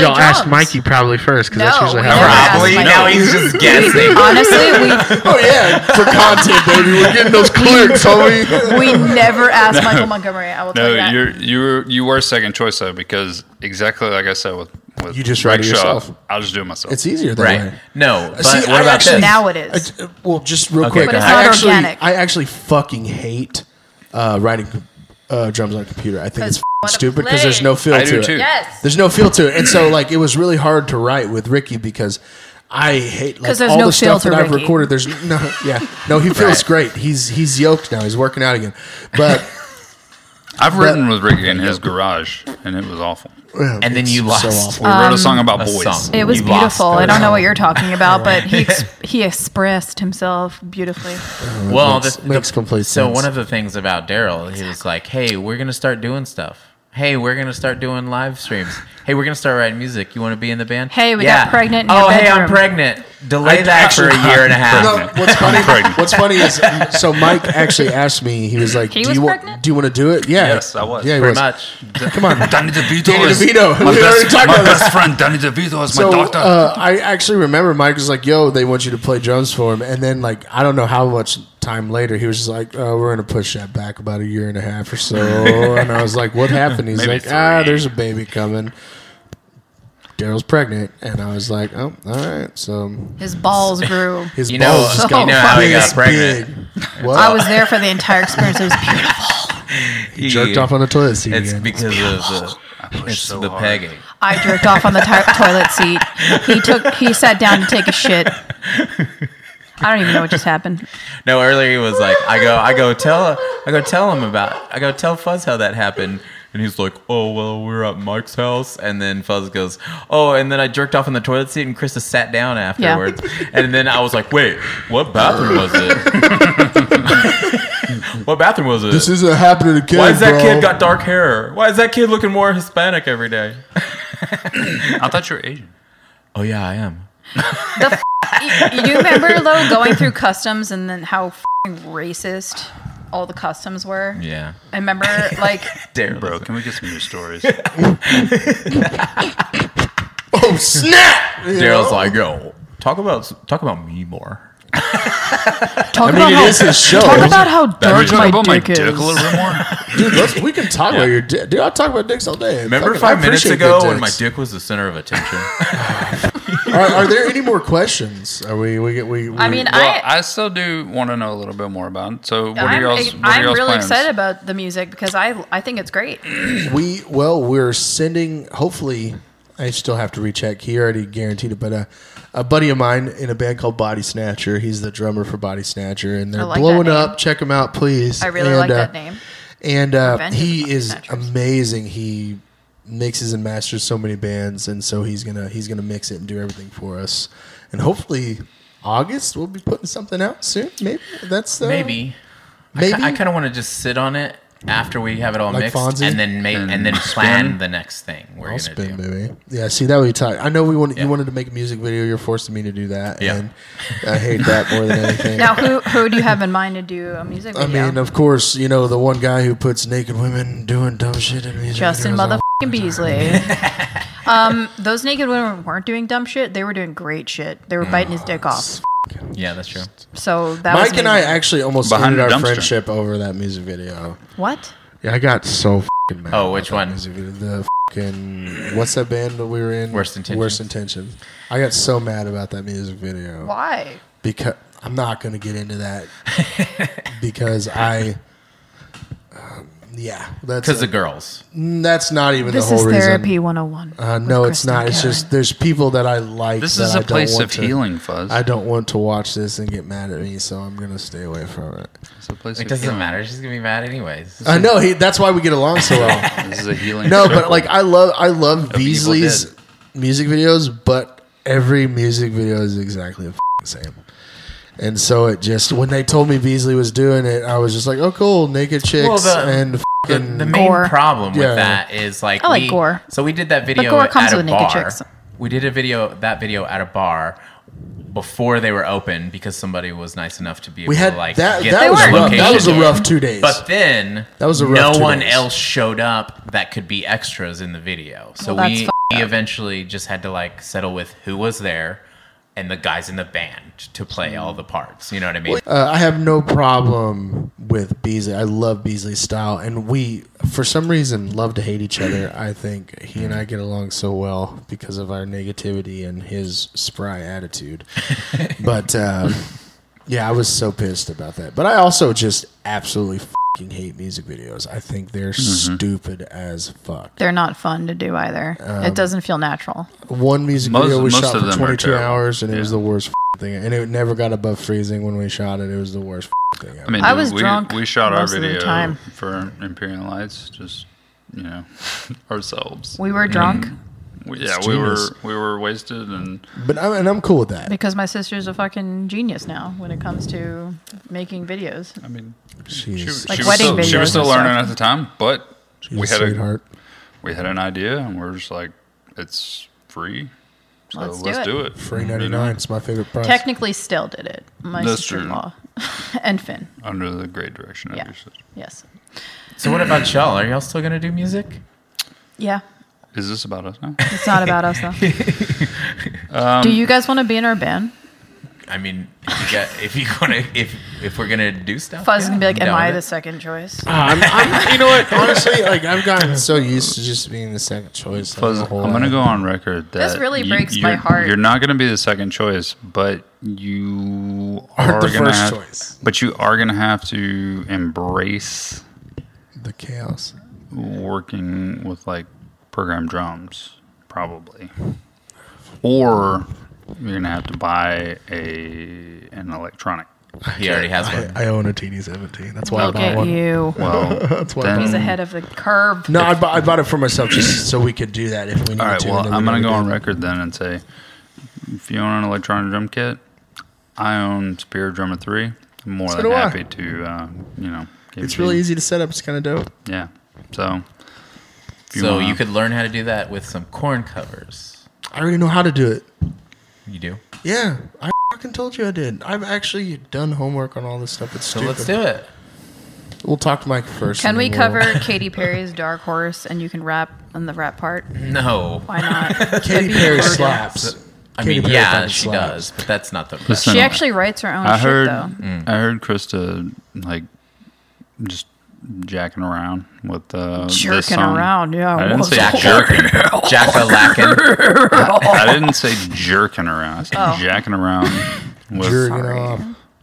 drums. probably first because that's No, usually we how it never asked probably." Mike. Now he's just [laughs] guessing. Honestly, Oh yeah, for content, baby. We're getting those clerks, homie. [laughs] we we never asked Michael Montgomery. I will tell no, you that. you're you were you were second choice though because exactly like I said with with You just Mike write it Shaw, yourself. I'll just do it myself. It's easier that right? way. No, but See, what I about actually- this? now it is. I- well, just real Okay, quick. go I ahead. But it's not actually, organic. I actually fucking hate uh, writing uh, drums on a computer. I think it's 'Cause f***ing wanna stupid because play. there's no feel I to do it. too. yes, There's no feel to it, and so like it was really hard to write with Ricky because I hate like 'Cause there's all no the feel stuff to that I've Ricky. recorded. There's no, yeah, no. He feels great. He's he's yoked now. He's working out again, but I've written with Ricky in his garage and it was awful. [laughs] Um, And then you so lost awful. We wrote a song about a boys. song. it was You lost beautiful. I those. don't know what you're talking [laughs] about, but he ex- he expressed himself beautifully. Well, Makes- the- makes the- complete So sense. one of the things about Daryl, he was like, "Hey, we're gonna start doing stuff. Hey, we're gonna start doing live streams. Hey, we're gonna start writing music. You want to be in the band? Hey, we got pregnant in oh, your hey, I'm bedroom." pregnant. Delay that for a year and a half. No, what's funny? pregnant. what's funny is so Mike actually asked me. He was like, He "Do was you want? pregnant? Do you want to do it?" Yeah, Yes, I was. Yeah, he Pretty was. much. Come on. Danny DeVito. Danny is DeVito. My [laughs] We already best, talked my about best friend Danny DeVito is my So doctor. uh, I actually remember Mike was like, "Yo, they want you to play drums for him," and then like I don't know how much time later he was just like, oh, "We're gonna push that back about a year and a half [laughs] or so," and I was like, "What happened?" He's Maybe like, "Ah, three." there's a baby coming." Daryl's pregnant, and I was like, "Oh, all right." So His balls grew. his You know- balls just got you know how he got this pregnant. big. What? I was there for the entire experience. It was beautiful. He- jerked off on the toilet seat It's again. because of the it's so the hard. pegging. I jerked off on the ti- toilet seat. He took. He sat down to take a shit. I don't even know what just happened. No, earlier he was like, I go, I go tell, I go tell him about, I go tell Fuzz how that happened, and he's like, oh well, we we're at Mike's house, and then Fuzz goes, oh, and then I jerked off in the toilet seat, and Krista sat down afterwards, and then I was like, wait, what bathroom was it? [laughs] what bathroom was it? this isn't happening again. Why has that bro. kid got dark hair? Why is that kid looking more Hispanic every day? I thought you were Asian. Oh yeah, I am. You do remember though going through customs and then how fing racist all the customs were. Yeah, I remember [laughs] like Daryl. Bro, can we get some new [laughs] stories? Oh snap! You Daryl's know? like, yo, talk about talk about me more. I talk about mean, how it is his show. talk about how Are we dark talking my about my dick dick a little is. bit [laughs] more? Dude, let's, we can talk about your dick. Dude, I'll talk about dicks all day. Remember Fucking- I five minutes appreciate ago good when my dicks. dick was the center of attention? Are, are there any more questions? Are we? We get. We. we I mean, Well, I. I still do want to know a little bit more about it. So, what are I'm, y'all's, what are I'm y'all's really plans? excited about the music because I I think it's great. we. Well, we're sending. Hopefully, I still have to recheck. He already guaranteed it, but uh, a buddy of mine in a band called Body Snatcher. He's the drummer for Body Snatcher, and they're like that blowing name. up. Check them out, please. I really And, like uh, that name. And uh, Revenge of the he Body is Snatchers. amazing. He mixes and masters so many bands, and so he's gonna he's gonna mix it and do everything for us. And hopefully, August we'll be putting something out soon. Maybe that's uh, Maybe. Maybe I, kind of want to just sit on it after we have it all Like mixed, Fonzie? and then make and, And then plan spin? the next thing we're I'll gonna spin, do. baby. Yeah, see that would be tight. I know we wanted Yeah. you wanted to make a music video. You're forcing me to do that, Yeah. and I hate that more than [laughs] anything. Now, who who do you have in mind to do a music I video? mean, uh, of course, you know the one guy who puts naked women doing dumb shit in music. Justin videos. motherfucking Beasley. [laughs] um, those naked women weren't doing dumb shit. They were doing great shit. They were biting his dick off. Yeah, that's true. So that was Mike and I amazing. actually almost Behind ended our the dumpster. friendship over that music video. What? Yeah, I got so fucking mad. Oh, about which that one? music video. The fucking what's that band that we were in? Worst Intentions. Worst intentions. I got so mad about that music video Why? because I'm not going to get [laughs] into that because I, um, yeah, that's mm, Because of girls. that's not even This the is whole therapy reason. 101. Uh, no, it's not. It's just there's people that I like. This that is I a don't place want of to- healing, Fuzz. I don't want to watch this and get mad at me, so I'm going to stay away from it. it's a place It of doesn't healing. matter. She's gonna be mad anyways. I know. He, that's why we get along so [laughs] well. This [laughs] is a healing. No, but circle. like I love I love Evil Beasley's Dead. music videos, but every music video is exactly the f***ing same. And so it just when they told me Beasley was doing it, I was just like, "Oh, cool, naked chicks the- and The, f***ing the main Gore. problem Yeah. with that is like I like we- gore. So we did that video gore comes at a with naked bar. chicks. We did a video that video at a bar before they were open because somebody was nice enough to be able we had to like that. get That the was were rough. That location. was a rough two days. But then That was a no rough two one days. else showed up that could be extras in the video. So Well, that's we, fucked we eventually just had to like settle with who was there and the guys in the band to play all the parts. You know what I mean? uh, I have no problem with Beasley. I love Beasley's style, and we, for some reason, love to hate each other. I think he and I get along so well because of our negativity and his [laughs] spry attitude. but uh, yeah, I was so pissed about that. But I also just absolutely fucking hate music videos. I think they're Mm-hmm. stupid as fuck. They're not fun to do either. Um, it doesn't feel natural. One music Most- video we most shot of for them are 22 terrible. hours, and it was Yeah. the worst fucking thing. And it never got above freezing when we shot it. It was the worst fucking thing ever. I mean, I dude, was we, drunk We shot our most of the video time. for Imperial Lights, just you know, [laughs] ourselves. We Mm. were drunk We- yeah, It's we were genius. we were wasted, and But I'm, and I'm cool with that. because my sister's a fucking genius now when it comes to making videos. I mean, she, She's, Like she was wedding still, she videos was still and learning stuff. at the time, but she's we a had a Mm-hmm. sweetheart. we had an idea, and we're just like, it's free, so Let's let's, do it. do it. Free ninety nine. It's my favorite price. Technically, still did it. My That's sister-in-law [laughs] and Finn. under the great direction of Yeah. your sister. Yes. So what [clears throat] about y'all? Are y'all still gonna do music? Yeah. Is this about us now? It's not about us though. [laughs] Um, do you guys want to be in our band? I mean, if you get if you gonna if if we're gonna do stuff, Fuzz is yeah, gonna be like, I'm "Am down I with the it." second choice?" Ah, I'm, [laughs] I'm, you know what? Honestly, like I've gotten so used to just being the second choice. Fuzz, I'm gonna go on record that This really breaks my you're- heart. You're not gonna be the second choice, but you are the gonna first have, choice. But you are gonna have to embrace the chaos. working with like program drums, probably, or you're gonna have to buy a an electronic. He already has one. [laughs] I, I own a TD seventeen. That's why Look I bought at one. you. Well, That's why I then- He's ahead of the curve. No, I, bu- I bought it for myself just so we could do that if we need All right. to. Well, and then I'm we gonna never go on did. record then and say, if you own an electronic drum kit, I own Spirit Drummer Three. I'm more than do I. happy to, uh, you know. give It's it to really you. easy to set up. It's kind of dope. Yeah. So. if so wanna- you could learn how to do that with some corn covers. I already know how to do it. You do. Yeah, I fucking told you I did. I've actually done homework on all this stuff. It's So stupid. let's do it. We'll talk to Mike first. Can and we then we'll- [laughs] cover Katy Perry's Dark Horse and you can rap on the rap part? Mm-hmm. No, [laughs] Why not? Katy Perry slaps? I Katy mean, Perry yeah, fucking she slaps. does, but that's not the Listen, She actually writes her own I shit heard. though. Mm. I heard Krista like just jacking around with uh, this Jerking song. around, yeah. I didn't say Jack- jerking. [laughs] Jackalackin. [laughs] I didn't say jerking around. I said Oh. jacking around with [laughs] Jerking [laughs] Uh-huh.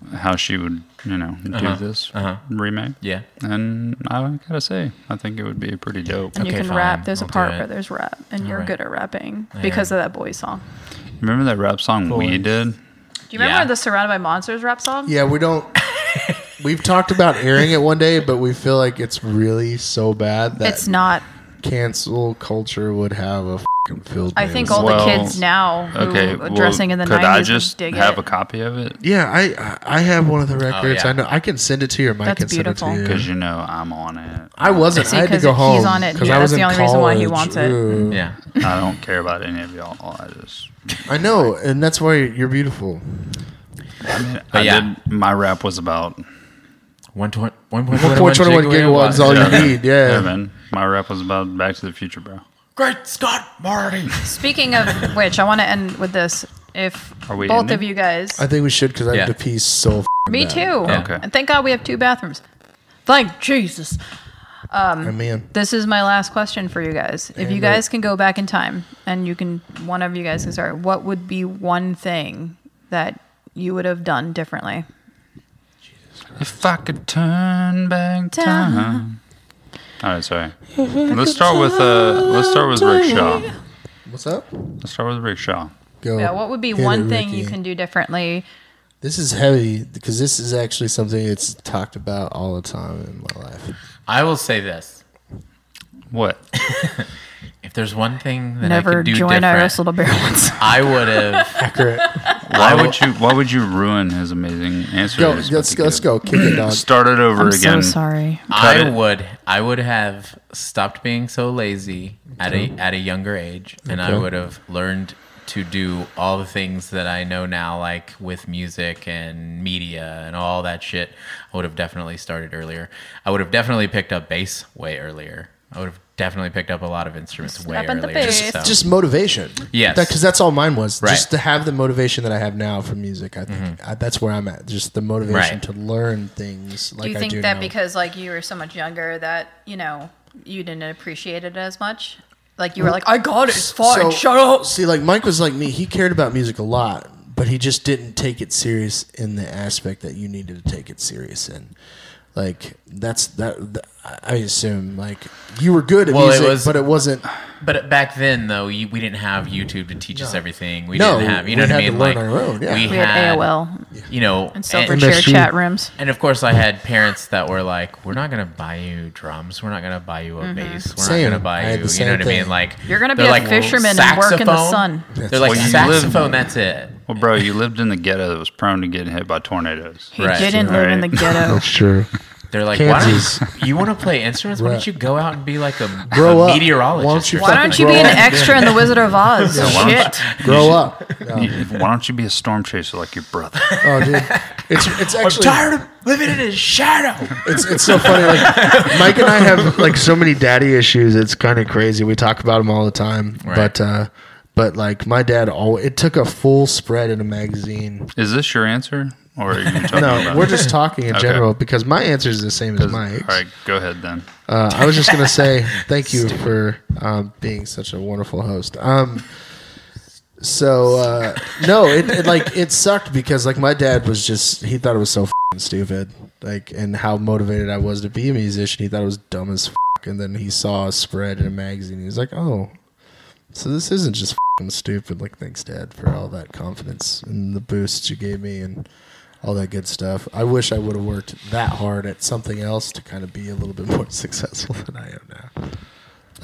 off. how she would, you know, do this remake. Yeah. And I gotta say, I think it would be pretty dope. And you Okay, can fine. rap. There's I'll a do part it. where there's rap, and you're right. good at rapping because of that boy song. Remember that rap song we did? Do you remember Yeah. the "Surrounded by Monsters" rap song? Yeah, we don't. we've talked about airing it one day, but we feel like it's really so bad that It's not. cancel culture would have a fucking field. I day think with all Well, the kids now who Okay. are well, dressing in the could 90s I would just dig have it. a copy of it? it. Yeah, I I have one of the records. Oh, yeah. I know I can send it to you. or Mike That's can send it beautiful. to Because you. you know I'm on it. I wasn't. See, I had to 'cause go he's home on it. 'cause Yeah, I that's was the in only reason why he college. wants it. Ooh. Yeah. I don't care about any of y'all. I just I know, and that's why you're beautiful. I yeah. did my rap was about One point one point Point twenty one gigawatts is all you need. yeah, Yeah. man. My rap was about Back to the Future, bro. Great Scott Marty. [laughs] Speaking of which, I want to end with this. If Are we both ending? of you guys, I think we should because I Yeah. have to pee so. f- me too. Okay. And thank God we have two bathrooms. Thank Jesus. I mean, This is my last question for you guys. If you it. guys can go back in time and you can, one of you guys can start, what would be one thing that you would have done differently? If I could turn back time. All right, sorry. Let's start with uh, let's start with rickshaw. What's up? Let's start with rickshaw. Go. Yeah, what would be hit one it, thing Ricky. you can do differently? This is heavy because this is actually something that's talked about all the time in my life. I will say this: What? if there's one thing that I Never could do join Iris different, Little Barons. I would have. Accurate. Why would you? Why would you ruin his amazing answer? Go. he was about Let's to let's give? go. Kick it, dog. Start it over I'm so again. sorry. Cut I it. would. I would have stopped being so lazy at a at a younger age, and I would have learned to do all the things that I know now, like with music and media and all that shit. I would have definitely started earlier. I would have definitely picked up bass way earlier. I would have definitely picked up a lot of instruments way up at the earlier. bass. so- just motivation. Yes. Because that's all mine was. Right. Mm-hmm. Just to have the motivation that I have now for music. I think I, that's where I'm at. Just the motivation Right. to learn things like do you I think do that now. because like you were so much younger that you know you didn't appreciate it as much? Like you were like, I got it, it's fine, shut up. See, like Mike was like me. He cared about music a lot, but he just didn't take it serious in the aspect that you needed to take it serious in. Like that's that. th- I assume like you were good at Well, it music, was- but it wasn't. But back then, though, you, we didn't have YouTube to teach us everything. We No, didn't have, you we know what I had to mean? learn our own, yeah. We, We had AOL you know, and and- Silverchair MSG. chat rooms. And of course, I had parents that were like, "We're not going to buy you drums. We're not going to buy you a bass. We're Same. not going to I buy had you. the You same know what I thing. mean? Like, Mm-hmm. You're gonna be they're a fisherman and work in the "Saxophone?" sun. They're like Well, you live- saxophone. That's it. Well, bro, you lived in the ghetto that was prone to getting hit by tornadoes. He Right. didn't live in the Right. ghetto. Sure. They're like, "Why Kansas. don't you, you want to play instruments? Why Right. don't you go out and be like a, Grow a up. meteorologist? Why don't you or Why something?" don't you be Grow an up. extra in The Wizard of Oz? why don't Shit. [laughs] Grow up. No. You- Why don't you be a storm chaser like your [laughs] brother? Oh, dude. It's it's actually of living in his shadow. it's it's so funny. Like Mike and I have like so many daddy issues. It's kind of crazy. We talk about them all the time. Right. But uh, but like my dad, all it took a full spread in a magazine. Is this your answer, or are you talking [laughs] No, about? we're just talking in Okay. general because my answer is the same as All Mike's. right, go ahead then. Uh, I was just [laughs] gonna say thank you for um, being such a wonderful host. Um, so uh, no, it, it like it sucked because like my dad was just he thought it was so fing stupid, like and how motivated I was to be a musician. He thought it was dumb as fuck, and then he saw a spread in a magazine. He was like, oh, so this isn't just fing stupid. Like thanks, dad, for all that confidence and the boost you gave me and. All that good stuff. I wish I would have worked that hard at something else to kind of be a little bit more [laughs] successful than I am now.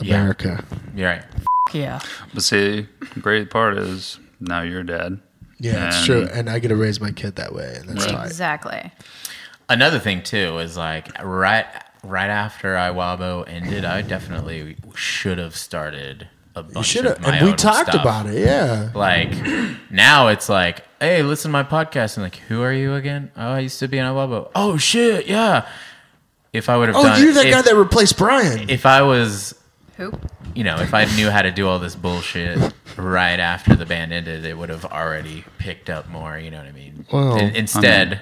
Yeah. America. You're right. Yeah. But see, the great part is now you're dad. Yeah, it's And- true. And I get to raise my kid that way, and that's right. Exactly. another thing too is like right right after Iwabo ended, I definitely should have started a bunch You should of have. my And we own talked stuff. about it. Yeah. Like now it's like, hey, listen to my podcast. And like, who are you again? Oh, I used to be in Iwabo. Oh shit, yeah. If I would have Oh, done you're that if, guy that replaced Brian. if I was Who? you know, if I knew how to do all this bullshit right after the band ended, it would have already picked up more, you know what I mean? Well, In- instead,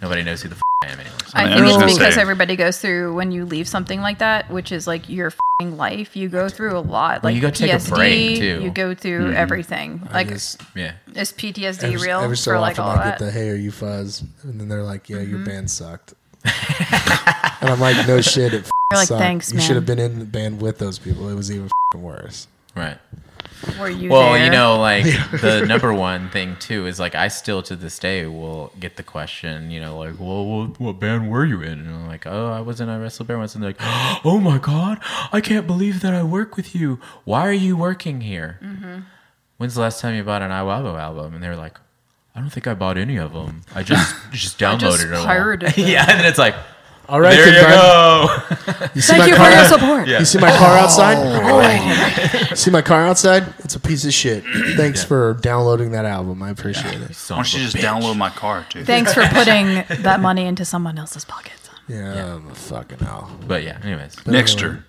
nobody knows who the f- I am anymore. So I mean, think I'm it's just gonna because say- everybody goes through when you leave something like that, which is like your fing life. You go through a lot. Well, Like you go take a PTSD, break, too. You go through everything. Like is Just yeah. PTSD every, real every so for like often, all I get that? Mm-hmm. the "Hey, are you fuzz?" And then they're like, "Yeah, your band [laughs] sucked." and I'm like, "No shit, it." You're like, sucked. "Thanks, You should have man." been in the band with those people. It was even fing worse. Right. Were you Well, there? you know, like the number one thing too is like I still to this day will get the question, you know, like, well, what, what band were you in? And I'm like, oh, I was in a wrestle bear once, and they're like, [gasps] oh my god, I can't believe that I work with you. Why are you working here? When's the last time you bought an Iwabo album? And they're like, I don't think I bought any of them. I just just downloaded just it. all." [laughs] pirated them. yeah, and then it's like, All right, there kid you Brian. go. [laughs] You see my Thank you for car? your support. You see my car outside? [laughs] See my car outside? It's a piece of [clears throat] shit. Thanks for downloading that album. I appreciate it. Why don't you just download my car too? Thanks for putting that money into someone else's pocket. Yeah, I'm a fucking hell. But yeah, [laughs] anyways. [laughs] Nixter.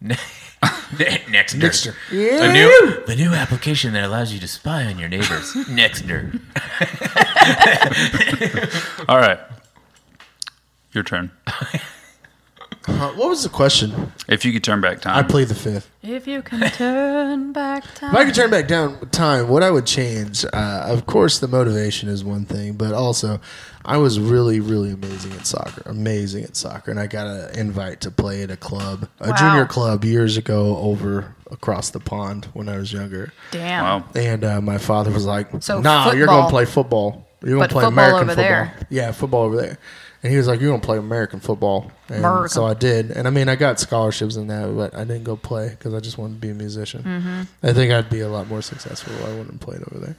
Next Nixter. A new, the new application that allows you to spy on your [laughs] neighbors. Nextner. All right, your turn. Huh, what was the question? If you could turn back time, I played the fifth. If you can turn back time. If I could turn back down time, what I would change, uh, of course, the motivation is one thing, but also, I was really, really amazing at soccer. Amazing at soccer, and I got an invite to play at a club, a Wow. junior club, years ago over across the pond when I was younger. [laughs] Damn. wow, And uh, my father was like, So "Nah, you're going to football. play football. You're going But to play football American over football. there. Yeah, football over there." And he was like, "You're going to play American football." And American. so I did. And I mean, I got scholarships in that, but I didn't go play because I just wanted to be a musician. Mm-hmm. I think I'd be a lot more successful if I wouldn't have played over there.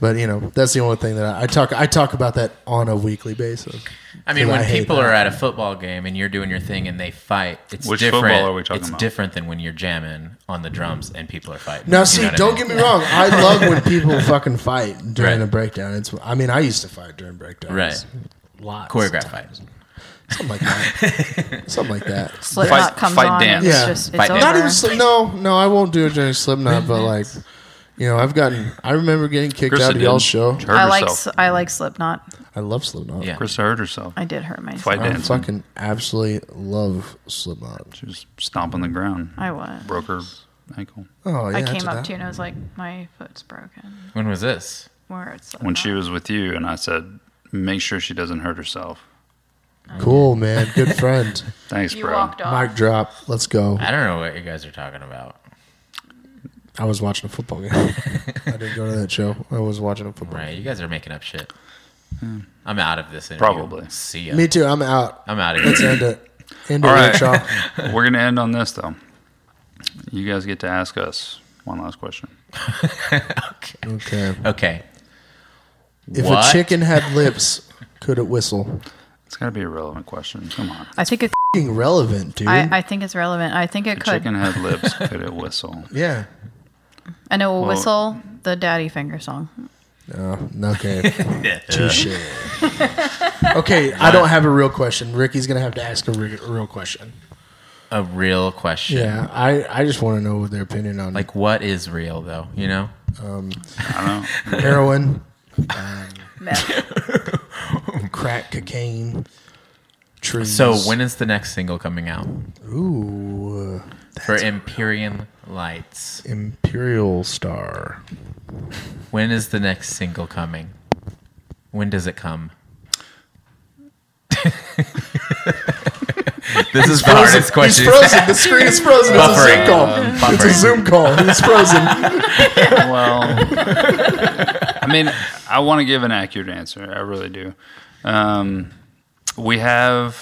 But you know, that's the only thing that I, I talk. I talk about that on a weekly basis. I mean, 'Cause when hate people that. are at a football game and you're doing your thing and they fight, it's Which different. football are we talking it's about? different than when you're jamming on the drums and people are fighting. Now, You see, know what I don't mean? get me wrong. [laughs] I love when people fucking fight during Right. a breakdown. It's, I mean, I used to fight during breakdowns. Right. Lots. Choreographed fights. Something like that. [laughs] Something like that. Slipknot Fight- comes fight on. dance. And it's Yeah. just, it's Fight over. dance. Not even slip. No, no, I won't do it during Slipknot. But like, you know, I've gotten. I remember getting kicked Krista out of did. y'all's show. She hurt I like herself. s- I like Slipknot. I love Slipknot. Yeah. Krista hurt herself. I did hurt myself. Fight I dancing. fucking absolutely love Slipknot. She was stomping the ground. I was. broke her ankle Oh yeah, I came did up that. to you and I was like, my foot's broken. When was this? Where it's Slipknot. when she was with you, and I said, "Make sure she doesn't hurt herself." Cool man, [laughs] good friend. Thanks, you bro. walked off. Mic drop. Let's go. I don't know what you guys are talking about. I was watching a football [laughs] game. I didn't go to that show. I was watching a football. Right, you guys are making up shit. I'm out of this interview. Hmm. Probably. See ya. game. Me too. I'm out. I'm out of Let's here. end it. End it, All right. Rickshaw. [laughs] We're gonna end on this though. You guys get to ask us one last question. Okay. okay. If What? a chicken had lips, could it whistle? It's gotta be a relevant question. Come on. I think it, F***ing relevant, dude. I, I think it's relevant. I think it The could. chicken had lips. Could it whistle? [laughs] yeah. And it will Well- whistle the Daddy Finger song. Oh, [laughs] okay. Touche. okay, I don't have a real question. Ricky's gonna have to ask a re- real question. A real question. Yeah, I, I just want to know their opinion on like Like, what is real, though? You know? I don't know. [laughs] heroin, Meth. crack, cocaine, trees. So, when is the next single coming out? Ooh, uh, For Empyrean Lights. Imperial Star. When is the next single coming? When does it come? [laughs] this is the hardest question. He's [laughs] frozen. The screen is frozen. It's a Buffering. Zoom call. Uh, it's a buffering. Zoom call. [laughs] He's frozen. Well, I mean, I want to give an accurate answer. I really do. Um, we have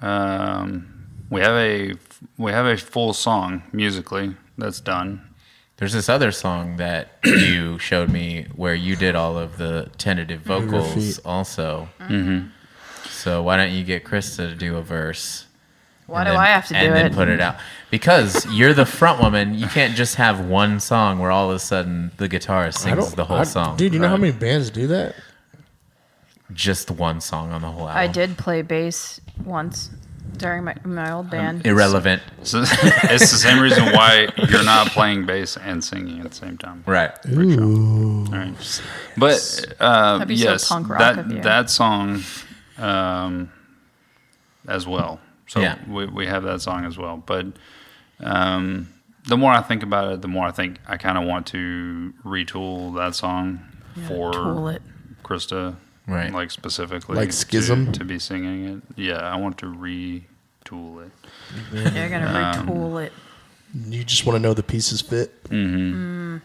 um, we have a we have a full song musically that's done. There's this other song that you showed me where you did all of the tentative vocals feet. also. Mm-hmm. So why don't you get Krista to do a verse? Why and do then- I have to do And it? then put it out. Because you're the front woman. You can't just have one song where all of a sudden the guitarist sings the whole I- song. Dude, you know how Right. many bands do that? Just one song on the whole album. I did play bass once during my, my old band. Irrelevant. So it's the same reason why you're not playing bass and singing at the same time. Right. Right. But uh, That'd be so yes, punk rock of you. that that song um, as well. So Yeah. we we have that song as well. But um, the more I think about it, the more I think I kind of want to retool that song for tool it. Krista, Right. Like specifically, Like to- Schism? to, be singing it. Yeah, I want to retool it. They're going to retool it. You just want to know the pieces fit Yeah.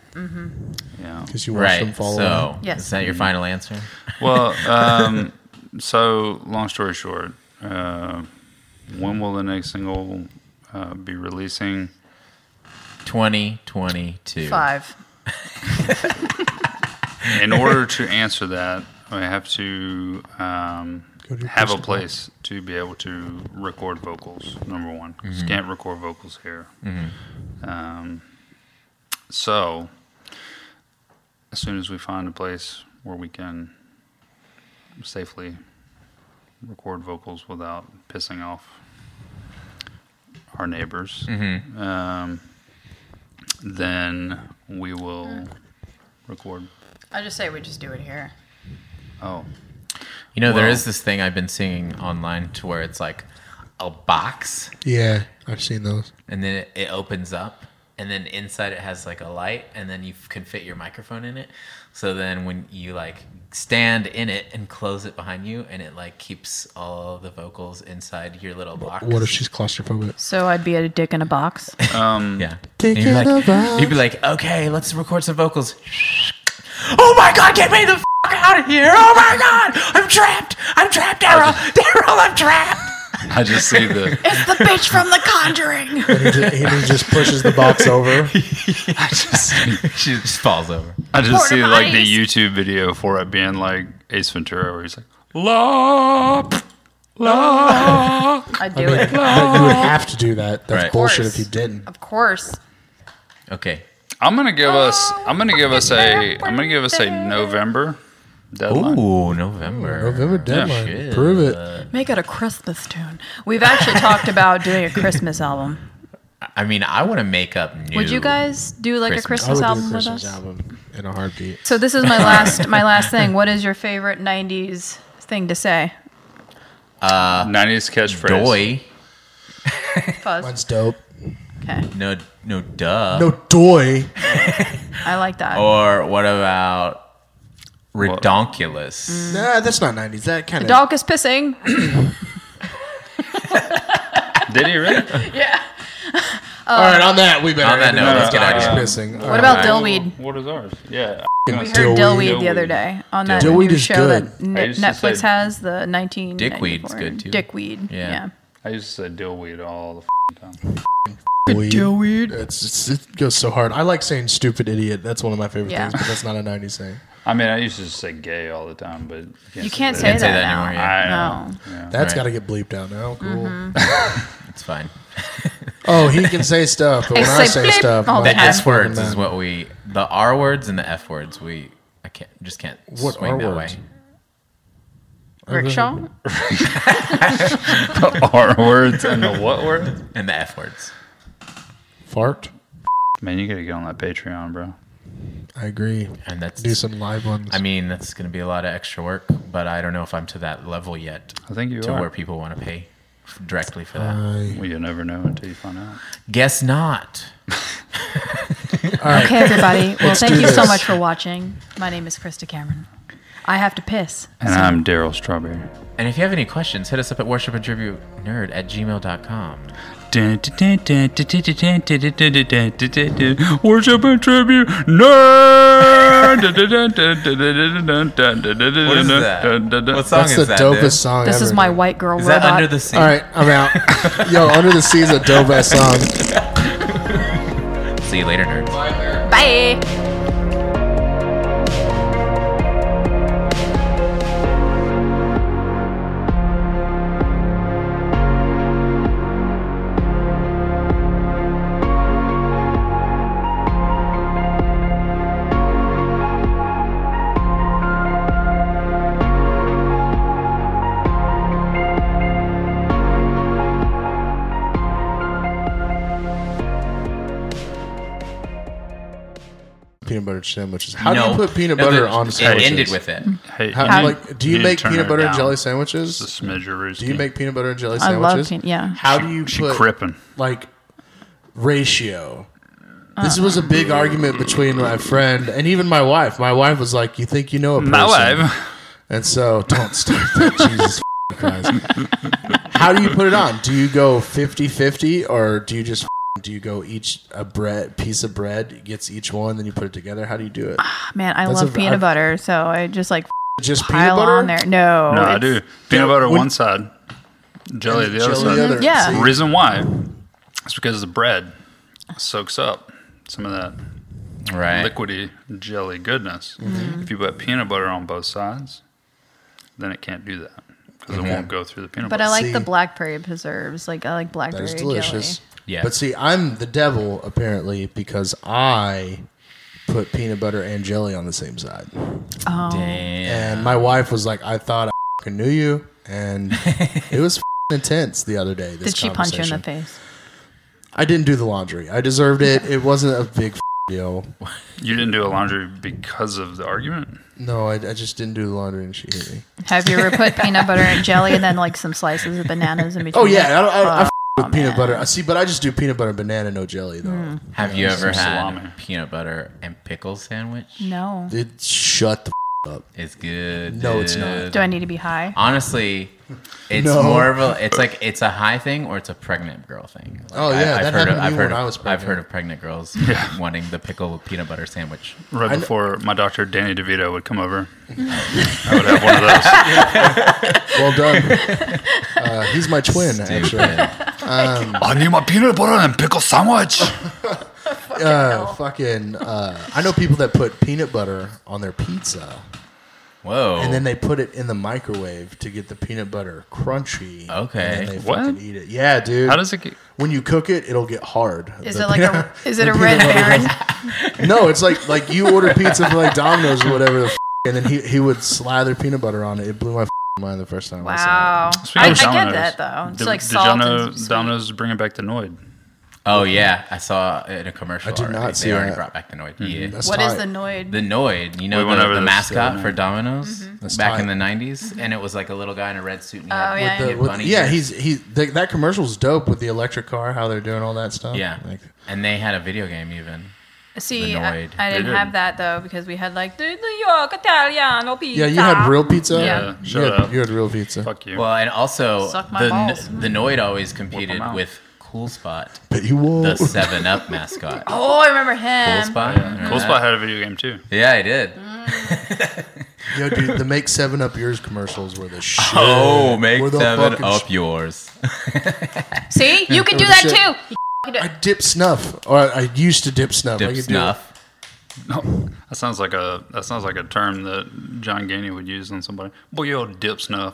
because you watch them Right. fall. Mm-hmm. So Yes. is that your final answer? Well, um, so long story short, uh, when will the next single uh, be releasing? 2022. Five. In order to answer that, I have to um, Go to your have a personal- place to be able to record vocals. Number one, 'cause Mm-hmm. you can't record vocals here. Um, so, as soon as we find a place where we can safely record vocals without pissing off our neighbors, Mm-hmm. um, then we will record. I just say we just do it here. Oh, You know, there Well- is this thing I've been seeing online to where it's like, a box Yeah, I've seen those. and then it, it opens up and then inside it has like a light and then you f- can fit your microphone in it so then when you like stand in it and close it behind you and it like keeps all the vocals inside your little box What if she's claustrophobic? So I'd be a dick in a [laughs] box. yeah And you'd be, in a like, box. you'd be like okay let's record some vocals oh my god get me the f- out of here oh my god i'm trapped i'm trapped daryl daryl i'm trapped I just see the [laughs] it's the bitch from The Conjuring. He [laughs] just, he just pushes the box [laughs] over. I just [laughs] she just falls over I just see like the Porta-potties. YouTube video for it being like Ace Ventura where he's like la la I'd do it. But you would have to do that. That's Right. bullshit Of if you didn't. Of course. okay I'm gonna give us Oh, I'm gonna give us a I'm gonna give us a November deadline. Ooh, November. November deadline. shit. Prove it. Make it a Christmas tune. We've actually talked about doing a Christmas album. I mean, I want to make up new. Would you guys do like Christmas. a Christmas I would album do a with Christmas us? album in a heartbeat. So this is my last [laughs] my last thing. What is your favorite '90s thing to say? 90s catchphrase. doy? Fuzz. Mine's dope. Okay, No, no, duh. No doy. I like that. Or what about Mm. redonkulous? Nah, that's not nineties. That kind The of dog is pissing. Did he [laughs] really? All right, on that we better. On that note, no, no, let's get out of uh, here. pissing. Uh, What about Alright. Dillweed? What is ours? Yeah. We heard Dillweed the Dillweed. other day on that Dillweed new is show good. that N- I used to Netflix say- has. The 19 Dickweed's good, too. Dickweed. Yeah. Yeah. I used to say dillweed all the f***ing time. Dillweed. It's, it's, it goes so hard. I like saying stupid idiot. That's one of my favorite Yeah. things, but that's not a [laughs] nineties thing. I mean, I used to just say gay all the time, but You can't say, Can't that, say that now. anymore, yeah. I No. know. Yeah. That's Right. got to get bleeped out now. Cool. Mm-hmm. It's fine. Oh, he can say stuff, but when I Except say bleep stuff, all I'm the The like, time. S that's That's words fucking is bad. what we. The R words and the F words. We. I can't. Just can't What swing R that words? way. [laughs] Rickshaw. [laughs] The R words and the what words? And the F words. Fart. Man, you gotta get on that Patreon, bro. I agree. And that's. Do some live ones. I mean, that's going to be a lot of extra work, but I don't know if I'm to that level yet I think you to are. where people want to pay f- directly for Uh. that. Well, you never know until you find out. Guess not. [laughs] Okay, everybody. Well, thank do you so this. much for watching. My name is Krista Cameron. I have to piss. And I'm Daryl Strawberry. And if you have any questions, hit us up at worshipandtributenerd at gmail.com. Worship and tribute. Nerd. What is that? What song that's is the that? dopest dude? song. This ever. is my white girl Is robot. that under the sea? All right, [laughs] I'm out. Yo, Under the Sea is a dope ass song. See you later, nerds. Bye. peanut butter sandwiches. How do No. you put peanut No, butter the- on It sandwiches? Mm. ended with it. Hey, How, How- like, do you, you make turn peanut it butter and down. jelly It's a sandwiches? smidgeroo. Do you make peanut butter and jelly I sandwiches? love peanut. Yeah. How do you She put crippin'. like ratio? This Uh-uh. was a big argument between my friend and even my wife. My wife was like, "You think you know a person?" My wife. And so, don't start that, [laughs] Jesus Christ. How do you put it on? Do you go 50-50 or do you just do you go each a bread piece of bread gets each one, then you put it together? How do you do it? Man, I That's love a- peanut I've- butter, so I just like Just peanut pile butter on there. No, No, I it's- do. Peanut butter when- one side, jelly the other Jelly side. the other. Yeah. See? Reason why is because the bread soaks up some of that Right. liquidy jelly goodness. If you put peanut butter on both sides, then it can't do that because it won't go through the peanut But butter. I like See. the blackberry preserves. Like I like blackberry That is delicious. jelly. Yeah. But see, I'm the devil apparently because I put peanut butter and jelly on the same side. Oh. Damn. And my wife was like, I thought I fing knew you. And [laughs] it was fing intense the other day. This Did she punch you in the conversation. face? I didn't do the laundry. I deserved it. It wasn't a big [laughs] yo. You didn't do a laundry because of the argument? No, I, I just didn't do the laundry and she hit me. Have you ever [laughs] put peanut butter and jelly and then like some slices of bananas in between? Uh, Oh yeah, I, don't- I, I f- with peanut Oh, man. Hmm. butter. I see, but I just do peanut butter, banana, no jelly though. Have you ever some had salami. peanut butter and pickle sandwich? No. Dude, shut the [laughs] It's good. No, it's not. Do I need to be high? Honestly, it's No. more of a. It's like it's a high thing or it's a pregnant girl thing. Like, Oh, yeah, heard that happened of, to me I've heard when of, I was I've heard of pregnant [laughs] girls wanting the pickle peanut butter sandwich. Right before my doctor, Danny DeVito, would come [laughs] over, I would have one of those. Well [laughs] done. uh, he's my twin, actually. Stupid. [laughs] I need my peanut butter and pickle sandwich. Uh, fucking, uh, I know people that put peanut butter on their pizza, Whoa. and then they put it in the microwave to get the peanut butter crunchy. Okay. and then they What? fucking eat it. Yeah, dude. How does it get? when you cook it, it'll get hard. Is The it [laughs] like a peanut- is it a the red peanut butter- [laughs] baron? No, it's like like you order pizza from like Domino's or whatever, the f- and then he he would slather peanut butter on it. It blew my f- mind the first time. I saw Wow. Speaking I, I of get Domino's, that though. It's did, like did salt y'all know and sweet. Domino's is bringing back the Noid? oh yeah, I saw it in a commercial. I did already. not see They already that. Mm-hmm. brought back the Noid. Yeah. That's What is tight. the Noid? The Noid, you know, We went the, over the this the mascot other for night. Domino's back tight. in the 90s. And it was like a little guy in a red suit. And he Mm-hmm. Oh, had yeah, it. Kid The- with- bunny yeah, ears. he's he th- that commercial's dope with the electric car, how they're doing all that stuff. Yeah. Like, and they had a video game even. See, the I, Noid. I They didn't did. have that though because we had like the New York Italiano pizza. yeah, you had real pizza. Yeah. you Shut had, up. you had real pizza. Fuck you. Well, and also Suck my the balls. the Noid always Whip 'em competed out. with Cool Spot, But you [laughs] won't. the Seven Up mascot. Oh, I remember Cool him. Spot, yeah. Cool Spot had a video game too. Yeah, I did. [laughs] Yo, dude, the make seven up yours [laughs] commercials were the shit. Oh, make Were the Seven fucking Up sh- yours. [laughs] See, [laughs] you can do Oh, that shit. too. You can do I it. dip snuff, or I I used to dip snuff. I Dip could do it. Snuff. No, that sounds like a that sounds like a term that John Ganey would use on somebody. Boy, you old dip snuff.